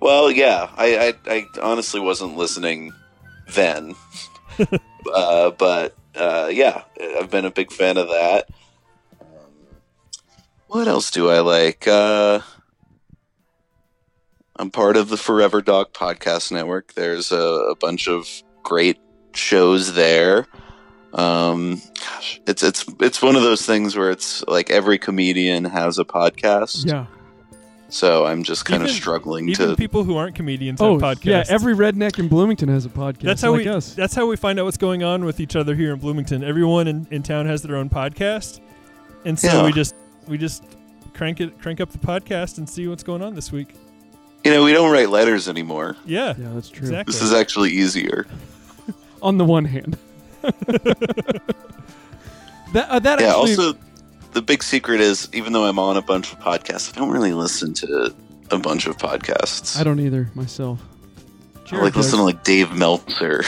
[SPEAKER 3] Well, yeah, I, I, I honestly wasn't listening then, uh, but uh, yeah, I've been a big fan of that. Um, What else do I like? Uh, I'm part of the Forever Dog Podcast Network. There's a, a bunch of great shows there. Um, gosh, it's it's it's one of those things where it's like every comedian has a podcast.
[SPEAKER 1] Yeah.
[SPEAKER 3] So I'm just kind
[SPEAKER 2] Even-
[SPEAKER 3] of struggling
[SPEAKER 2] Even
[SPEAKER 3] to
[SPEAKER 2] people who aren't comedians
[SPEAKER 1] Oh,
[SPEAKER 2] have podcasts.
[SPEAKER 1] yeah. Every redneck in Bloomington has a podcast.
[SPEAKER 2] that's how
[SPEAKER 1] like
[SPEAKER 2] we
[SPEAKER 1] us.
[SPEAKER 2] that's how we find out what's going on with each other here in Bloomington. Everyone in, in town has their own podcast, and so
[SPEAKER 3] Yeah.
[SPEAKER 2] we just we just crank it crank up the podcast and see what's going on this week.
[SPEAKER 3] You know, we don't write letters anymore.
[SPEAKER 2] Yeah,
[SPEAKER 1] Yeah, that's true.
[SPEAKER 2] exactly.
[SPEAKER 3] This is actually easier.
[SPEAKER 1] On the one hand, that uh, that
[SPEAKER 3] Yeah,
[SPEAKER 1] actually
[SPEAKER 3] also, the big secret is even though I'm on a bunch of podcasts, I don't really listen to a bunch of podcasts.
[SPEAKER 1] I don't either myself.
[SPEAKER 3] I like listen to
[SPEAKER 1] does.
[SPEAKER 3] like Dave Meltzer.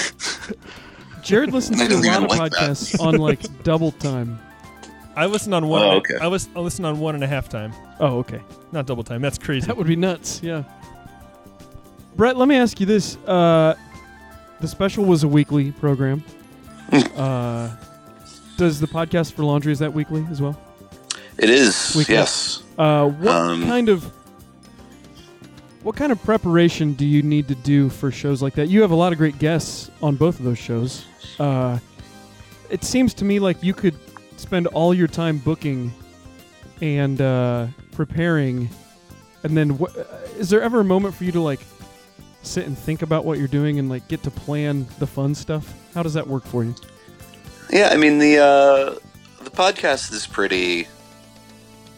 [SPEAKER 1] Jared listens
[SPEAKER 3] I
[SPEAKER 1] to a
[SPEAKER 3] don't
[SPEAKER 1] lot
[SPEAKER 3] even
[SPEAKER 1] of
[SPEAKER 3] like that.
[SPEAKER 1] podcasts on like double time.
[SPEAKER 2] I listened on one.
[SPEAKER 3] Oh,
[SPEAKER 2] and a-
[SPEAKER 3] okay.
[SPEAKER 2] I, lis- I listened on one and a half time,
[SPEAKER 1] Oh, okay.
[SPEAKER 2] not double time. That's crazy.
[SPEAKER 1] That would be nuts. Yeah. Brett, let me ask you this: uh, the special was a weekly program. uh, does the podcast for laundry is that weekly as well?
[SPEAKER 3] It is.
[SPEAKER 1] We can-
[SPEAKER 3] yes.
[SPEAKER 1] Uh, what
[SPEAKER 3] Um,
[SPEAKER 1] kind of what kind of preparation do you need to do for shows like that? You have a lot of great guests on both of those shows. Uh, it seems to me like you could spend all your time booking and uh, preparing, and then wh- is there ever a moment for you to like sit and think about what you're doing and like get to plan the fun stuff? How does that work for you?
[SPEAKER 3] Yeah, I mean the uh, the podcast is pretty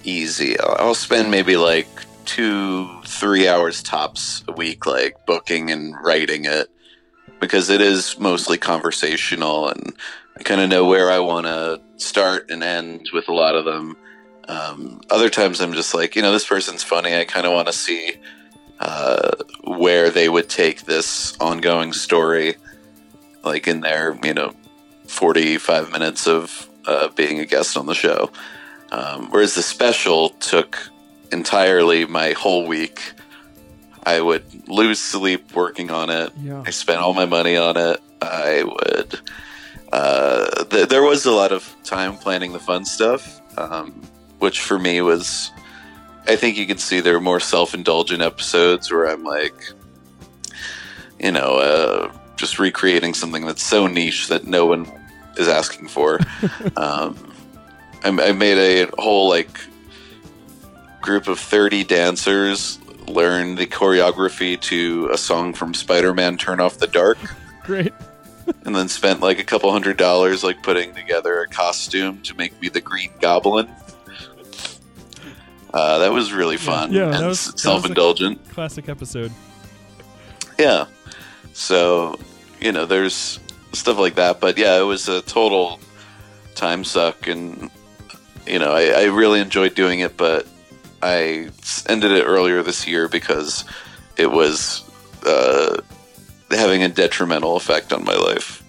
[SPEAKER 3] easy. I'll I'll spend maybe like two, three hours tops a week, like booking and writing it, because it is mostly conversational, and I kind of know where I want to start and end with a lot of them. Um, other times, I'm just like, you know, this person's funny. I kind of want to see uh, where they would take this ongoing story, like in their, you know, 45 minutes of uh, being a guest on the show. Um, whereas the special took entirely my whole week. I would lose sleep working on it.
[SPEAKER 1] Yeah.
[SPEAKER 3] I spent all my money on it. I would. Uh, th- there was a lot of time planning the fun stuff, um, which for me was. I think you can see there are more self indulgent episodes where I'm like, you know, uh, just recreating something that's so niche that no one is asking for. um, I, I made a whole like group of 30 dancers learn the choreography to a song from Spider-Man Turn Off the Dark
[SPEAKER 1] Great.
[SPEAKER 3] and then spent like a couple hundred dollars like putting together a costume to make me the Green Goblin. Uh, that was really fun
[SPEAKER 2] yeah, that
[SPEAKER 3] and
[SPEAKER 2] was- that was, like-
[SPEAKER 3] self-indulgent.
[SPEAKER 2] Classic episode.
[SPEAKER 3] Yeah. So, you know, there's stuff like that. But yeah, it was a total time suck. And, you know, I, I really enjoyed doing it, but I s- ended it earlier this year because it was uh, having a detrimental effect on my life.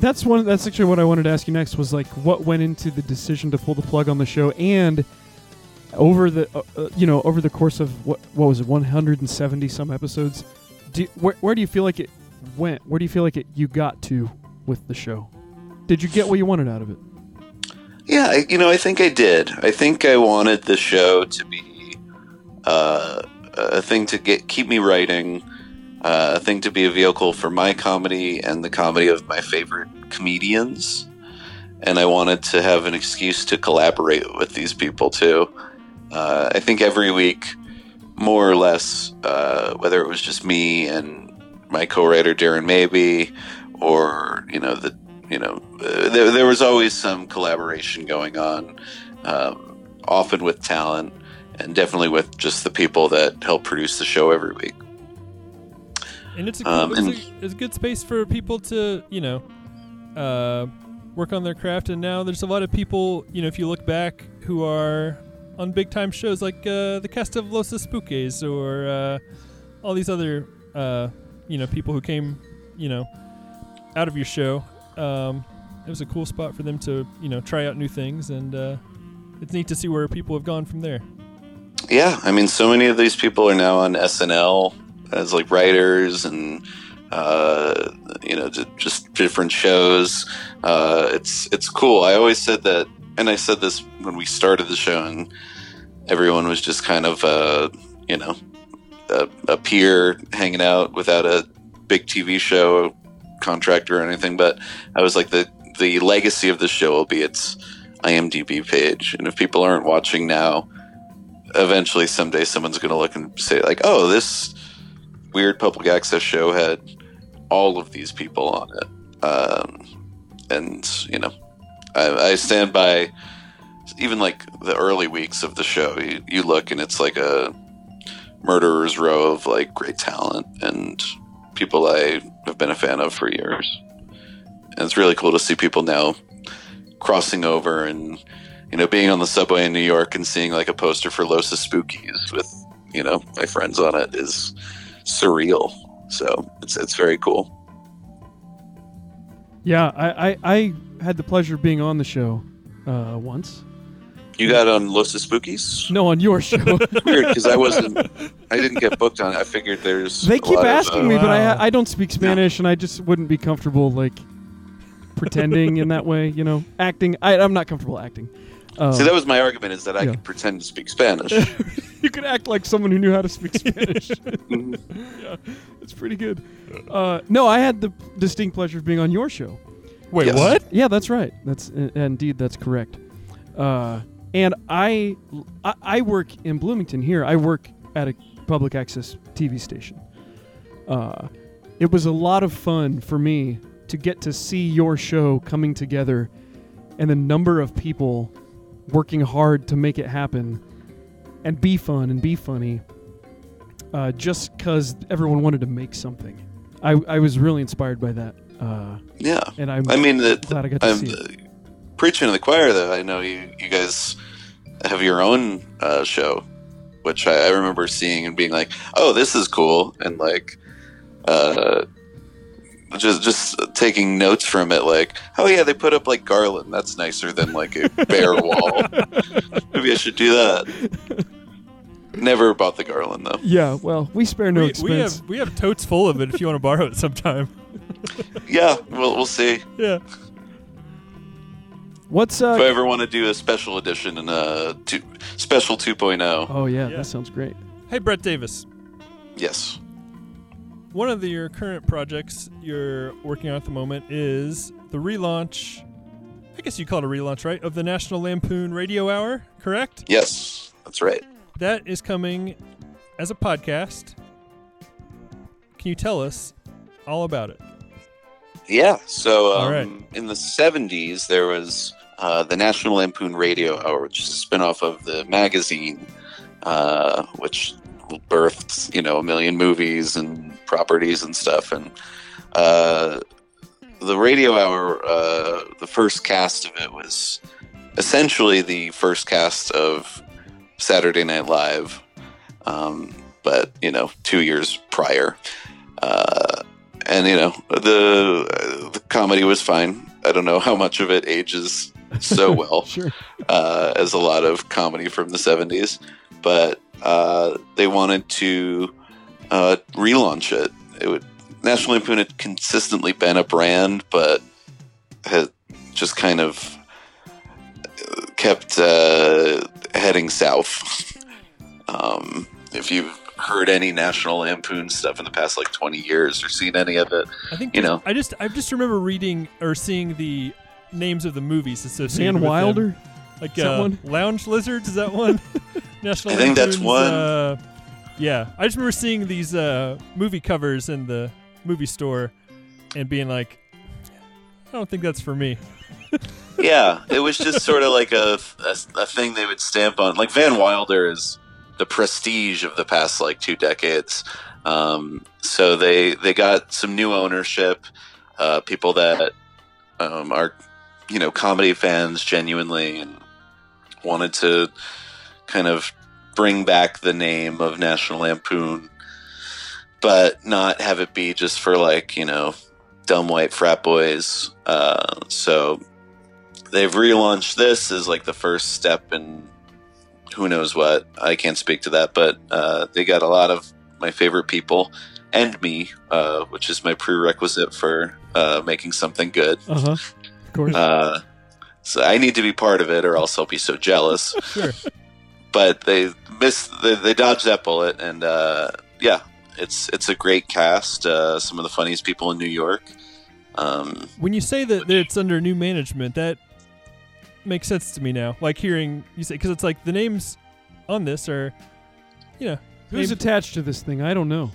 [SPEAKER 1] That's one. That's actually what I wanted to ask you next. Was like what went into the decision to pull the plug on the show, and over the uh, uh, you know over the course of what what was it 170 some episodes, do, where where do you feel like it went? Where do you feel like it you got to with the show? Did you get what you wanted out of it?
[SPEAKER 3] Yeah, I, you know, I think I did. I think I wanted the show to be uh, a thing to get keep me writing, uh, a thing to be a vehicle for my comedy and the comedy of my favorite comedians, and I wanted to have an excuse to collaborate with these people too. Uh, I think every week, more or less, uh, whether it was just me and my co-writer Darren Maybe, or you know the you know, uh, there, there was always some collaboration going on, um, often with talent and definitely with just the people that help produce the show every week.
[SPEAKER 2] and it's a,
[SPEAKER 3] Um,
[SPEAKER 2] it's,
[SPEAKER 3] and-
[SPEAKER 2] a, it's a good space for people to you know uh, work on their craft and now there's a lot of people you know if you look back who are on big time shows like uh, the cast of los Espookes or uh, all these other uh, you know people who came you know out of your show um, it was a cool spot for them to you know try out new things and uh, it's neat to see where people have gone from there
[SPEAKER 3] Yeah, I mean, so many of these people are now on SNL as like writers and uh, you know ju- just different shows. Uh, it's it's cool. I always said that, and I said this when we started the show, and everyone was just kind of uh, you know a, a peer hanging out without a big TV show contract or anything. But I was like the the legacy of the show will be its IMDb page, and if people aren't watching now eventually someday someone's going to look and say like oh this weird public access show had all of these people on it um, and you know I, I stand by even like the early weeks of the show you, you look and it's like a murderer's row of like great talent and people i have been a fan of for years and it's really cool to see people now crossing over and you know, being on the subway in New York and seeing like a poster for Los Spookies with, you know, my friends on it is surreal. So it's it's very cool.
[SPEAKER 1] Yeah, I, I, I had the pleasure of being on the show uh, once.
[SPEAKER 3] You got on Los Spookies?
[SPEAKER 1] No, on your show.
[SPEAKER 3] Weird, because I wasn't. I didn't get booked on. it. I figured there's.
[SPEAKER 1] they
[SPEAKER 3] a
[SPEAKER 1] keep
[SPEAKER 3] lot of,
[SPEAKER 1] asking
[SPEAKER 3] uh,
[SPEAKER 1] me, but
[SPEAKER 2] Wow.
[SPEAKER 1] I I don't speak Spanish, and I just wouldn't be comfortable like pretending in that way. You know, acting. I, I'm not comfortable acting. Uh,
[SPEAKER 3] See, that was my argument: is that I
[SPEAKER 1] Yeah.
[SPEAKER 3] could pretend to speak Spanish.
[SPEAKER 1] you could act like someone who knew how to speak Spanish.
[SPEAKER 3] Mhm.
[SPEAKER 1] yeah, it's pretty good. Uh, no, I had the distinct pleasure of being on your show.
[SPEAKER 2] Wait,
[SPEAKER 3] Yes.
[SPEAKER 2] what?
[SPEAKER 1] Yeah, that's right. That's uh, indeed that's correct. Uh, and I, I I work in Bloomington here. I work at a public access TV station. Uh, it was a lot of fun for me to get to see your show coming together, and the number of people working hard to make it happen, and be fun and be funny. Uh, just because everyone wanted to make something, I, I was really inspired by that, uh,
[SPEAKER 3] yeah,
[SPEAKER 1] and I'm
[SPEAKER 3] I mean, the,
[SPEAKER 1] glad I got to
[SPEAKER 3] I'm
[SPEAKER 1] see it.
[SPEAKER 3] uh, preaching to the choir, though. I know you, you guys have your own uh, show, which I, I remember seeing and being like, "Oh, this is cool," and like, uh, just just taking notes from it. Like, oh yeah, they put up like garland. That's nicer than like a bare wall. Maybe I should do that. Never bought the garland though.
[SPEAKER 1] Yeah, well, we spare no
[SPEAKER 2] we,
[SPEAKER 1] expense.
[SPEAKER 2] we have we have totes full of it if you want to borrow it sometime.
[SPEAKER 3] Yeah, we'll we'll see.
[SPEAKER 2] Yeah.
[SPEAKER 1] What's uh?
[SPEAKER 3] If I ever want to do a special edition and a two, special 2.0,
[SPEAKER 1] oh yeah,
[SPEAKER 2] Yeah.
[SPEAKER 1] that sounds great.
[SPEAKER 2] Hey, Brett Davis.
[SPEAKER 3] yes.
[SPEAKER 2] One of the, your current projects you're working on at the moment is the relaunch. I guess you call it a relaunch, right? Of the National Lampoon Radio Hour, correct?
[SPEAKER 3] Yes, that's right.
[SPEAKER 2] That is coming as a podcast. Can you tell us all about it?
[SPEAKER 3] Yeah. So
[SPEAKER 2] All
[SPEAKER 3] um,
[SPEAKER 2] right.
[SPEAKER 3] in the 70s, there was uh, the National Lampoon Radio Hour, which is a spinoff of the magazine, uh, which birthed, you know, a million movies and properties and stuff. And uh, the Radio Hour, uh, the first cast of it was essentially the first cast of Saturday Night Live, um, but, you know, two years prior. Uh, and you know the uh, the comedy was fine. I don't know how much of it ages so well
[SPEAKER 1] Sure.
[SPEAKER 3] uh, as a lot of comedy from the '70s, but uh, they wanted to uh, relaunch it. It would National Lampoon had consistently been a brand, but had just kind of uh, kept uh, heading south. um, if you've heard any National Lampoon stuff in the past like 20 years or seen any of it,
[SPEAKER 2] I think
[SPEAKER 3] You know.
[SPEAKER 2] I just I just remember reading or seeing the names of the movies
[SPEAKER 1] Van
[SPEAKER 2] associated with them.
[SPEAKER 1] Wilder.
[SPEAKER 2] like
[SPEAKER 1] Is that
[SPEAKER 2] uh,
[SPEAKER 1] one?
[SPEAKER 2] lounge lizards is that one national
[SPEAKER 3] I think that's
[SPEAKER 2] Lampoon's,
[SPEAKER 3] one.
[SPEAKER 2] uh, yeah i just remember seeing these uh, movie covers in the movie store and being like i don't think that's for me
[SPEAKER 3] yeah, it was just sort of like a, a, a thing they would stamp on. Like Van Wilder is the prestige of the past like two decades. Um, so they they got some new ownership, uh, people that um, are you know comedy fans genuinely and wanted to kind of bring back the name of National Lampoon, but not have it be just for like you know dumb white frat boys. Uh, so they've relaunched this as like the first step in who knows what. I can't speak to that, but uh, they got a lot of my favorite people and me, uh, which is my prerequisite for uh, making something good.
[SPEAKER 1] Uh huh. Of course.
[SPEAKER 3] Uh, so I need to be part of it, or else I'll be so jealous.
[SPEAKER 2] Sure.
[SPEAKER 3] But they missed. They, they dodged that bullet, and uh, yeah, it's it's a great cast. Uh, some of the funniest people in New York. Um,
[SPEAKER 2] when you say that, that it's under new management that makes sense to me now like hearing you say because it's like the names on this are you know
[SPEAKER 1] Who's
[SPEAKER 2] names-
[SPEAKER 1] attached to this thing? I don't know.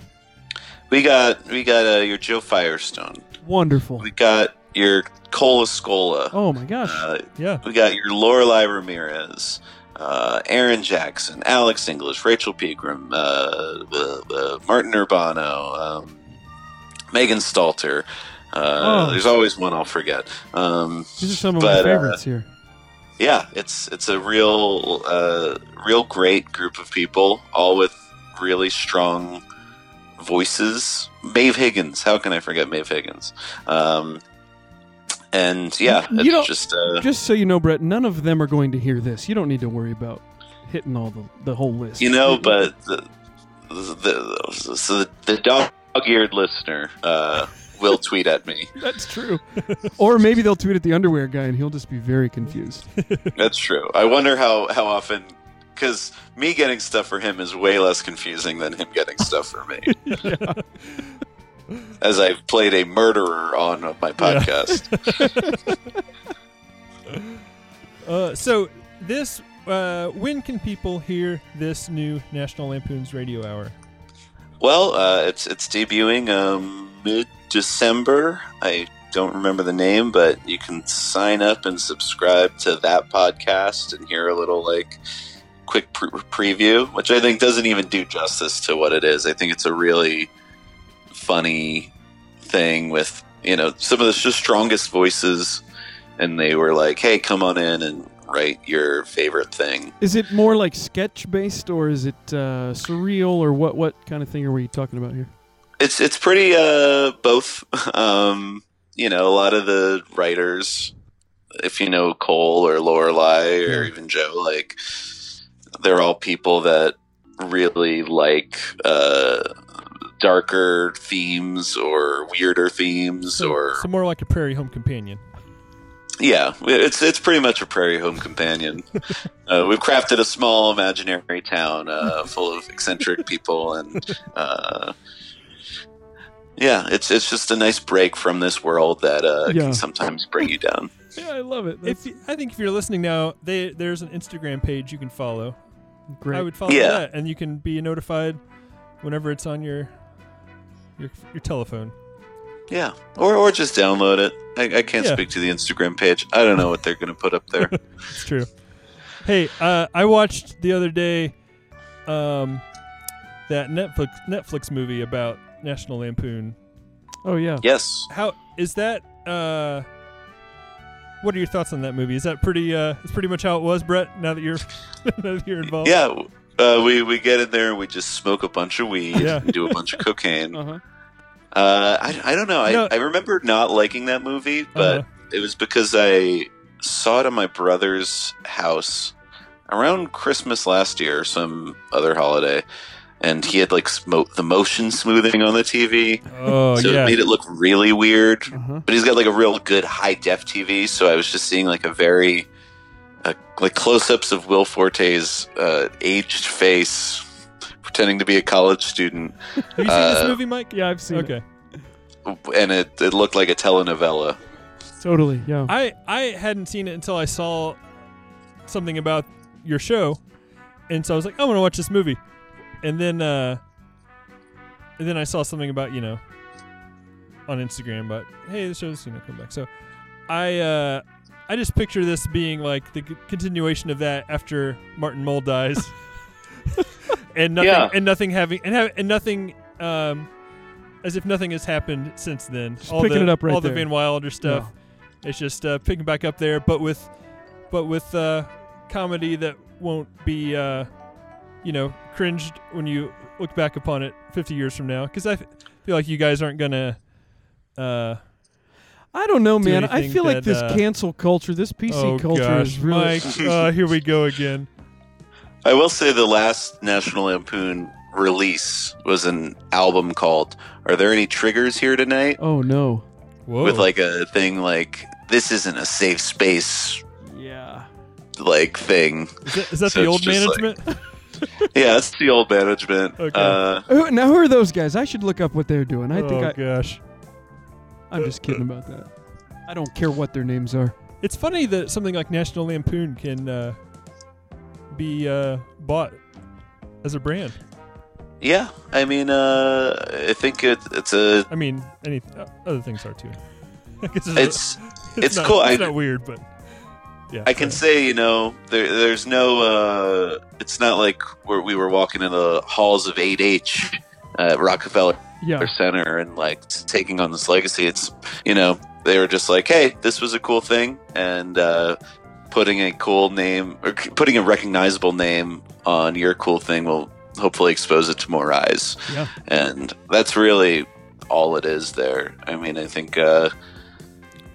[SPEAKER 3] we got we got uh, your Joe Firestone.
[SPEAKER 1] Wonderful.
[SPEAKER 3] We got your Cola Scola.
[SPEAKER 1] Oh my gosh.
[SPEAKER 3] Uh,
[SPEAKER 2] yeah
[SPEAKER 3] we got your Lorelai Ramirez, uh, Aaron Jackson, Alex English, Rachel Pegram, uh, uh, uh, Martin Urbano, um, Megan Stalter. Uh,
[SPEAKER 1] Oh.
[SPEAKER 3] There's always one I'll forget. Um,
[SPEAKER 1] These are some of
[SPEAKER 3] but,
[SPEAKER 1] my
[SPEAKER 3] uh,
[SPEAKER 1] favorites here.
[SPEAKER 3] yeah, it's it's a real uh, real great group of people, all with really strong voices. Maeve Higgins, how can I forget Maeve Higgins? Um, and yeah,
[SPEAKER 1] You
[SPEAKER 3] it's
[SPEAKER 1] don't-
[SPEAKER 3] just uh,
[SPEAKER 1] Just so you know, Brett, none of them are going to hear this. You don't need to worry about hitting all the, the whole list.
[SPEAKER 3] you know, but the the the, so the dog-eared listener uh, will tweet at me.
[SPEAKER 1] That's true. or maybe they'll tweet at the underwear guy and he'll just be very confused.
[SPEAKER 3] That's true. I wonder how how often because me getting stuff for him is way less confusing than him getting stuff for me. As I've played a murderer on my podcast.
[SPEAKER 2] Uh, so this, uh, when can people hear this new National Lampoon's Radio Hour?
[SPEAKER 3] well, uh, it's it's debuting um, mid December. I don't remember the name, but you can sign up and subscribe to that podcast and hear a little like quick pre- preview, which I think doesn't even do justice to what it is. I think it's a really funny thing with you know some of the s- strongest voices, and they were like, "Hey, come on in and write your favorite thing."
[SPEAKER 1] Is it more like sketch based or is it uh, surreal or what, what kind of thing are we talking about here?
[SPEAKER 3] It's it's pretty uh both. Um, you know, a lot of the writers, if you know Cole or Lorelai or even Joe, like they're all people that really like uh darker themes or weirder themes
[SPEAKER 2] So,
[SPEAKER 3] or
[SPEAKER 2] so more like a Prairie Home Companion.
[SPEAKER 3] yeah it's it's pretty much a prairie home companion uh, we've crafted a small imaginary town uh, full of eccentric people and uh, yeah it's it's just a nice break from this world that uh,
[SPEAKER 1] Yeah.
[SPEAKER 3] can sometimes bring you down
[SPEAKER 1] Yeah, I love it.
[SPEAKER 2] If I think if you're listening now, they, there's an Instagram page you can follow.
[SPEAKER 1] great.
[SPEAKER 2] I would follow
[SPEAKER 3] Yeah.
[SPEAKER 2] that, and you can be notified whenever it's on your your, your telephone.
[SPEAKER 3] yeah or or just download it i, I can't
[SPEAKER 2] Yeah.
[SPEAKER 3] speak to the instagram page i don't know what they're gonna put up there
[SPEAKER 2] It's true. hey, uh, I watched the other day um, that Netflix Netflix movie about National Lampoon.
[SPEAKER 1] oh, yeah.
[SPEAKER 3] yes
[SPEAKER 2] How is that? Uh, what are your thoughts on that movie? Is that pretty? Uh, it's pretty much how it was, Brett. Now that you're now that you're involved.
[SPEAKER 3] yeah uh, we, we get in there and we just smoke a bunch of weed
[SPEAKER 2] Yeah. Oh.
[SPEAKER 3] and do a bunch of cocaine
[SPEAKER 1] Uh-huh.
[SPEAKER 3] Uh, I, I don't know. I,
[SPEAKER 2] No.
[SPEAKER 3] I remember not liking that movie, but it was because I saw it at my brother's house around Christmas last year or some other holiday. And he had like smo- the motion smoothing on the TV.
[SPEAKER 2] Oh
[SPEAKER 3] so
[SPEAKER 2] yeah.
[SPEAKER 3] it made it look really weird.
[SPEAKER 1] Uh-huh.
[SPEAKER 3] But he's got like a real good high def TV. So I was just seeing like a very, uh, like close ups of Will Forte's uh, aged face pretending to be a college student.
[SPEAKER 2] Have you seen
[SPEAKER 3] uh,
[SPEAKER 2] this movie, Mike?
[SPEAKER 1] Yeah, I've seen it.
[SPEAKER 2] Okay.
[SPEAKER 3] And it, it looked like a telenovela.
[SPEAKER 1] Totally. Yeah.
[SPEAKER 2] I I hadn't seen it until I saw something about your show, and so I was like, I want to watch this movie, and then uh, and then I saw something about you know on Instagram about hey, the show's gonna come back. So I uh, I just picture this being like the c- continuation of that after Martin Mull dies, and nothing
[SPEAKER 3] Yeah.
[SPEAKER 2] and nothing having and ha- and nothing. Um, as if nothing has happened since then.
[SPEAKER 1] Just picking
[SPEAKER 2] the,
[SPEAKER 1] it up right
[SPEAKER 2] all the
[SPEAKER 1] there.
[SPEAKER 2] Van Wilder stuff. It's just uh, picking back up there, but with but with uh, comedy that won't be uh, you know cringed when you look back upon it 50 years from now. Because I f- feel like you guys aren't gonna. Uh,
[SPEAKER 1] I don't know,
[SPEAKER 2] do
[SPEAKER 1] man. I
[SPEAKER 2] anything
[SPEAKER 1] feel like
[SPEAKER 2] that,
[SPEAKER 1] this
[SPEAKER 2] uh,
[SPEAKER 1] cancel culture, this PC
[SPEAKER 2] oh
[SPEAKER 1] culture
[SPEAKER 2] gosh,
[SPEAKER 1] is really.
[SPEAKER 2] Mike, uh, here we go again.
[SPEAKER 3] I will say the last National Lampoon release was an album called Are There Any Triggers Here Tonight?
[SPEAKER 1] Oh no.
[SPEAKER 2] Whoa.
[SPEAKER 3] With like a thing like, This isn't a safe space
[SPEAKER 1] Yeah.
[SPEAKER 3] like thing.
[SPEAKER 2] is that, is that
[SPEAKER 3] so
[SPEAKER 2] the
[SPEAKER 3] it's
[SPEAKER 2] old
[SPEAKER 3] just like-
[SPEAKER 2] management?
[SPEAKER 3] yeah, it's the old management.
[SPEAKER 2] Okay.
[SPEAKER 3] Uh,
[SPEAKER 1] Who, now who are those guys? I should look up what they're doing. I think
[SPEAKER 2] oh
[SPEAKER 1] I,
[SPEAKER 2] gosh,
[SPEAKER 1] I'm just kidding about that. I don't care what their names are.
[SPEAKER 2] it's funny that something like National Lampoon can uh, be uh, bought as a brand.
[SPEAKER 3] yeah, I mean, uh, I think it, it's a.
[SPEAKER 2] I mean, any uh, other things are too. I guess
[SPEAKER 3] It's. it's
[SPEAKER 2] not,
[SPEAKER 3] cool.
[SPEAKER 2] It's
[SPEAKER 3] I-
[SPEAKER 2] not weird, but yeah,
[SPEAKER 3] I can say, you know, there, there's no. Uh, it's not like where we were walking in the halls of 8H at Rockefeller
[SPEAKER 1] Yeah.
[SPEAKER 3] their center and like taking on this legacy. It's you know they were just like, hey, this was a cool thing, and uh, putting a cool name or c- putting a recognizable name on your cool thing will hopefully expose it to more eyes.
[SPEAKER 2] Yeah.
[SPEAKER 3] and that's really all it is there. I mean, I think uh,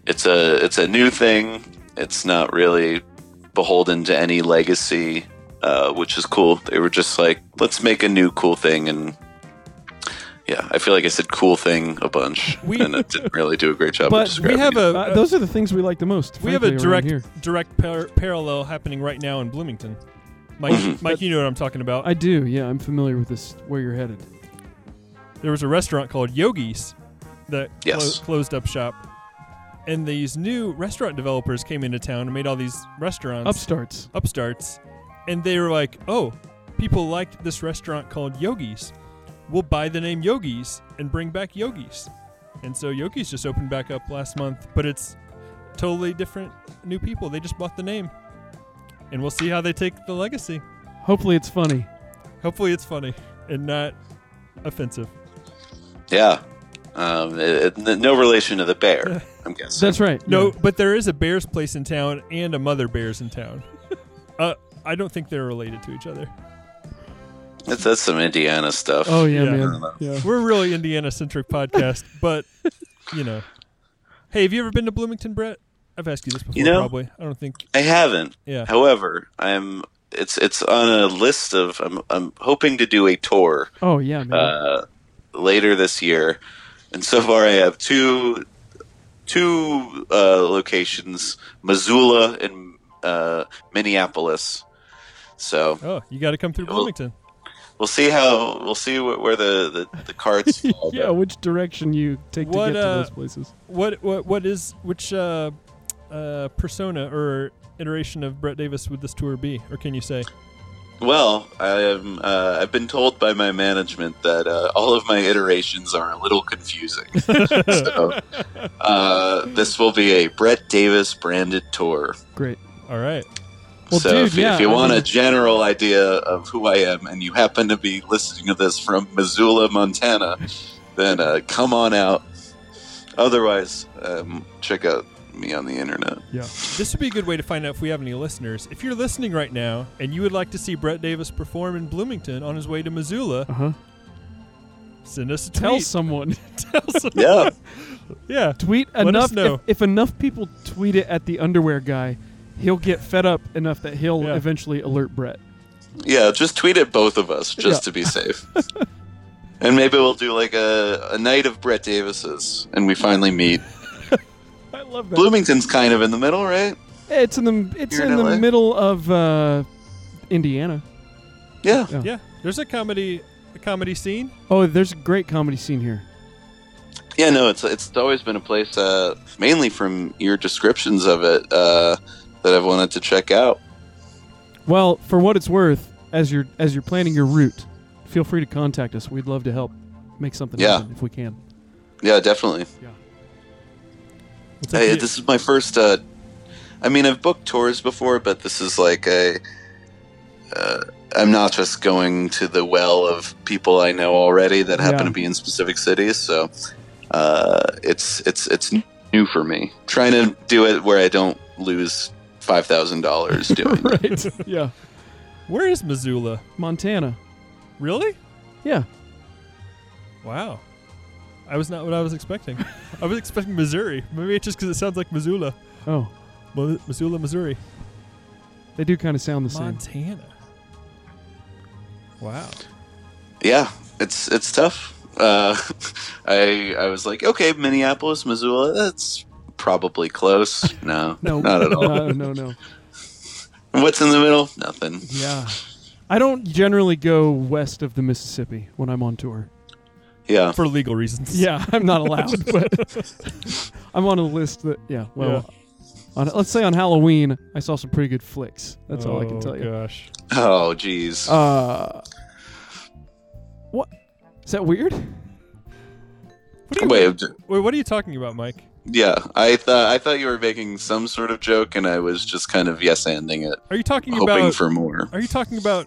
[SPEAKER 3] it's a it's a new thing. It's not really beholden to any legacy, uh, which is cool. They were just like, let's make a new cool thing, and yeah, I feel like I said cool thing a bunch,
[SPEAKER 2] We-
[SPEAKER 3] and it didn't really do a great job.
[SPEAKER 1] But
[SPEAKER 3] of
[SPEAKER 2] We
[SPEAKER 3] describing
[SPEAKER 2] have
[SPEAKER 3] it.
[SPEAKER 2] a
[SPEAKER 1] Uh, those are the things we like the most.
[SPEAKER 2] we have a
[SPEAKER 1] frankly, around
[SPEAKER 2] direct
[SPEAKER 1] Here.
[SPEAKER 2] direct par- parallel happening right now in Bloomington. Mike,
[SPEAKER 3] Mhm.
[SPEAKER 2] Mike, you know what I'm talking about.
[SPEAKER 1] I do. Yeah, I'm familiar with this. Where you're headed.
[SPEAKER 2] there was a restaurant called Yogi's that clo-
[SPEAKER 3] Yes.
[SPEAKER 2] closed up shop, and these new restaurant developers came into town and made all these restaurants
[SPEAKER 1] Upstarts.
[SPEAKER 2] upstarts, and they were like, "Oh, people liked this restaurant called Yogi's. We'll buy the name Yogi's and bring back Yogi's." And so Yogi's just opened back up last month, but it's totally different new people. They just bought the name. And we'll see how they take the legacy.
[SPEAKER 1] Hopefully, it's funny.
[SPEAKER 2] Hopefully it's funny and not offensive.
[SPEAKER 3] yeah, um, it, it- no relation to the bear. I'm guessing.
[SPEAKER 1] That's right.
[SPEAKER 2] No,
[SPEAKER 1] yeah.
[SPEAKER 2] but there is a bears place in town and a mother bears in town. uh, I don't think they're related to each other.
[SPEAKER 3] That's, that's some Indiana stuff.
[SPEAKER 1] Oh yeah,
[SPEAKER 2] Yeah.
[SPEAKER 1] man. Yeah.
[SPEAKER 2] We're a really Indiana centric podcast, but you know. Hey, have you ever been to Bloomington, Brett? I've asked you this before,
[SPEAKER 3] You know-
[SPEAKER 2] probably. I don't think.
[SPEAKER 3] I haven't.
[SPEAKER 2] Yeah.
[SPEAKER 3] However, I'm. It's it's on a list of. I'm I'm hoping to do a tour
[SPEAKER 1] Oh yeah, man.
[SPEAKER 3] uh, later this year, and so far I have two two uh, locations: Missoula and uh, Minneapolis. So
[SPEAKER 2] Oh, you got to come through
[SPEAKER 3] Well,
[SPEAKER 2] Bloomington.
[SPEAKER 3] we'll see how we'll see wh- where the the, the cards fall.
[SPEAKER 1] yeah, which direction you take
[SPEAKER 2] What,
[SPEAKER 1] to get
[SPEAKER 2] uh,
[SPEAKER 1] to those places?
[SPEAKER 2] What what what is which uh, uh, persona or iteration of Brett Davis would this tour be, or can you say?
[SPEAKER 3] Well, I am, uh, I've been told by my management that uh, all of my iterations are a little confusing. so, uh, this will be a Brett Davis branded tour.
[SPEAKER 1] Great.
[SPEAKER 2] All right.
[SPEAKER 1] Well,
[SPEAKER 3] so,
[SPEAKER 1] dude,
[SPEAKER 3] if, you-
[SPEAKER 1] yeah,
[SPEAKER 3] if you
[SPEAKER 1] I
[SPEAKER 3] want
[SPEAKER 1] mean-
[SPEAKER 3] a general idea of who I am and you happen to be listening to this from Missoula, Montana, then uh, come on out. Otherwise, um, check out me on the internet.
[SPEAKER 2] Yeah. This would be a good way to find out if we have any listeners. If you're listening right now and you would like to see Brett Davis perform in Bloomington on his way to Missoula,
[SPEAKER 1] Uh huh.
[SPEAKER 2] send us a tweet.
[SPEAKER 1] Tell someone.
[SPEAKER 2] Tell some-
[SPEAKER 3] Yeah.
[SPEAKER 2] yeah.
[SPEAKER 1] tweet
[SPEAKER 2] Let
[SPEAKER 1] enough.
[SPEAKER 2] us know.
[SPEAKER 1] If, if enough people tweet it at the underwear guy, he'll get fed up enough that he'll
[SPEAKER 2] Yeah.
[SPEAKER 1] eventually alert Brett.
[SPEAKER 3] Yeah, just tweet at both of us just
[SPEAKER 1] Yeah.
[SPEAKER 3] to be safe. and maybe we'll do like a, a night of Brett Davis's and we finally meet.
[SPEAKER 1] I love that.
[SPEAKER 3] Bloomington's kind of in the middle, right?
[SPEAKER 1] It's in the it's
[SPEAKER 3] Here
[SPEAKER 1] in,
[SPEAKER 3] in
[SPEAKER 1] the
[SPEAKER 3] LA.
[SPEAKER 1] middle of uh, Indiana.
[SPEAKER 3] Yeah.
[SPEAKER 2] Yeah. There's a comedy a comedy scene.
[SPEAKER 1] Oh, there's a great comedy scene here.
[SPEAKER 3] Yeah, no, it's it's always been a place uh, mainly from your descriptions of it uh, that I've wanted to check out.
[SPEAKER 1] Well, for what it's worth, as you're as you're planning your route, feel free to contact us. We'd love to help make something
[SPEAKER 3] Yeah.
[SPEAKER 1] happen if we can.
[SPEAKER 3] Yeah, definitely.
[SPEAKER 2] We'll take
[SPEAKER 3] Hey,
[SPEAKER 2] you-
[SPEAKER 3] this is my first. Uh, I mean, I've booked tours before, but this is like a. Uh, I'm not just going to the well of people I know already that happen
[SPEAKER 1] Yeah.
[SPEAKER 3] to be in specific cities. So, uh, it's it's it's new for me. Trying to do it where I don't lose five thousand dollars doing. it.
[SPEAKER 1] right. yeah.
[SPEAKER 2] Where is Missoula?
[SPEAKER 1] Montana.
[SPEAKER 2] Really?
[SPEAKER 1] Yeah.
[SPEAKER 2] Wow. I was not what I was expecting. I was expecting Missouri. Maybe it's just because it sounds like Missoula.
[SPEAKER 1] Oh,
[SPEAKER 2] Mo- Missoula, Missouri.
[SPEAKER 1] they do kind of sound the same.
[SPEAKER 2] Montana. Wow.
[SPEAKER 3] Yeah, it's it's tough. Uh, I I was like, okay, Minneapolis, Missoula, that's probably close. No,
[SPEAKER 1] No,
[SPEAKER 3] not at all.
[SPEAKER 1] No, no, no.
[SPEAKER 3] What's in the middle? Nothing.
[SPEAKER 1] Yeah. I don't generally go west of the Mississippi when I'm on tour.
[SPEAKER 3] Yeah.
[SPEAKER 2] For legal reasons.
[SPEAKER 1] Yeah, I'm not allowed, but I'm on a list that yeah, well On, let's say on Halloween, I saw some pretty good flicks. That's all I can
[SPEAKER 2] Oh,
[SPEAKER 1] tell you.
[SPEAKER 2] Gosh.
[SPEAKER 3] Oh, jeez.
[SPEAKER 1] Uh, what? Is that weird?
[SPEAKER 2] What are you,
[SPEAKER 3] Wait, d-
[SPEAKER 2] wait, what are you talking about, Mike?
[SPEAKER 3] yeah. I thought I thought you were making some sort of joke, and I was just kind of yes ending it,
[SPEAKER 2] Are you talking
[SPEAKER 3] hoping
[SPEAKER 2] about
[SPEAKER 3] for more.
[SPEAKER 2] Are you talking about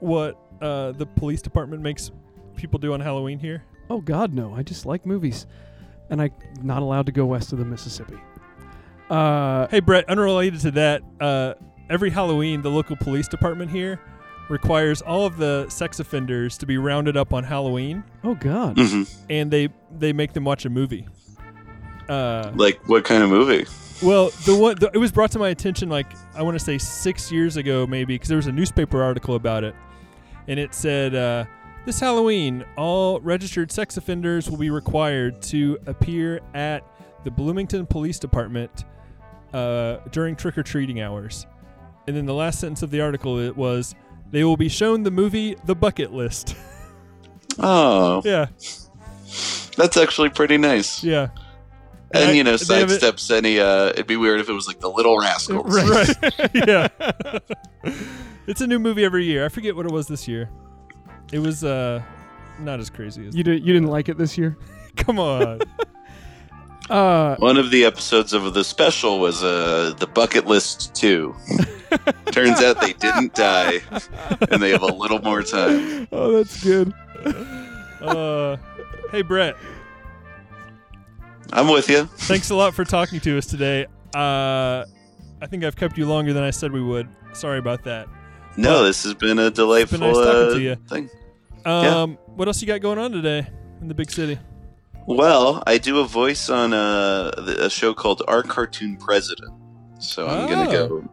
[SPEAKER 2] what uh, the police department makes people do on Halloween here?
[SPEAKER 1] Oh God, no! I just like movies, and I'm not allowed to go west of the Mississippi. Uh,
[SPEAKER 2] Hey, Brett, unrelated to that, uh, every Halloween, the local police department here requires all of the sex offenders to be rounded up on Halloween,
[SPEAKER 1] oh God!
[SPEAKER 3] hmm
[SPEAKER 2] and they, they make them watch a movie. Uh,
[SPEAKER 3] Like what kind of movie?
[SPEAKER 2] well, the one the, it was brought to my attention like I want to say six years ago maybe because there was a newspaper article about it, and it said uh, this Halloween all registered sex offenders will be required to appear at the Bloomington Police Department uh, during trick or treating hours, and then the last sentence of the article it was they will be shown the movie The Bucket List.
[SPEAKER 3] Oh,
[SPEAKER 2] yeah,
[SPEAKER 3] that's actually pretty nice.
[SPEAKER 2] yeah,
[SPEAKER 3] And you know,
[SPEAKER 2] I- they have it-
[SPEAKER 3] sidesteps any. Uh, it'd be weird if it was like the Little Rascals.
[SPEAKER 2] Right. yeah. it's a new movie every year. I forget what it was this year. It was uh not as crazy as
[SPEAKER 1] You did. You didn't like it this year.
[SPEAKER 2] Come on.
[SPEAKER 1] Uh,
[SPEAKER 3] One of the episodes of the special was uh, the Bucket List Two. Turns out they didn't die, and they have a little more time.
[SPEAKER 1] oh, that's good.
[SPEAKER 2] Uh Hey Brett,
[SPEAKER 3] I'm with you.
[SPEAKER 2] thanks a lot for talking to us today. Uh I think I've kept you longer than I said we would. Sorry about that.
[SPEAKER 3] No, this has been a delightful
[SPEAKER 2] talking
[SPEAKER 3] uh,
[SPEAKER 2] to you.
[SPEAKER 3] thing.
[SPEAKER 2] Um what else you got going on today in the big city?
[SPEAKER 3] Well, I do a voice on a, a show called Our Cartoon President, so I'm gonna
[SPEAKER 2] Oh.
[SPEAKER 3] go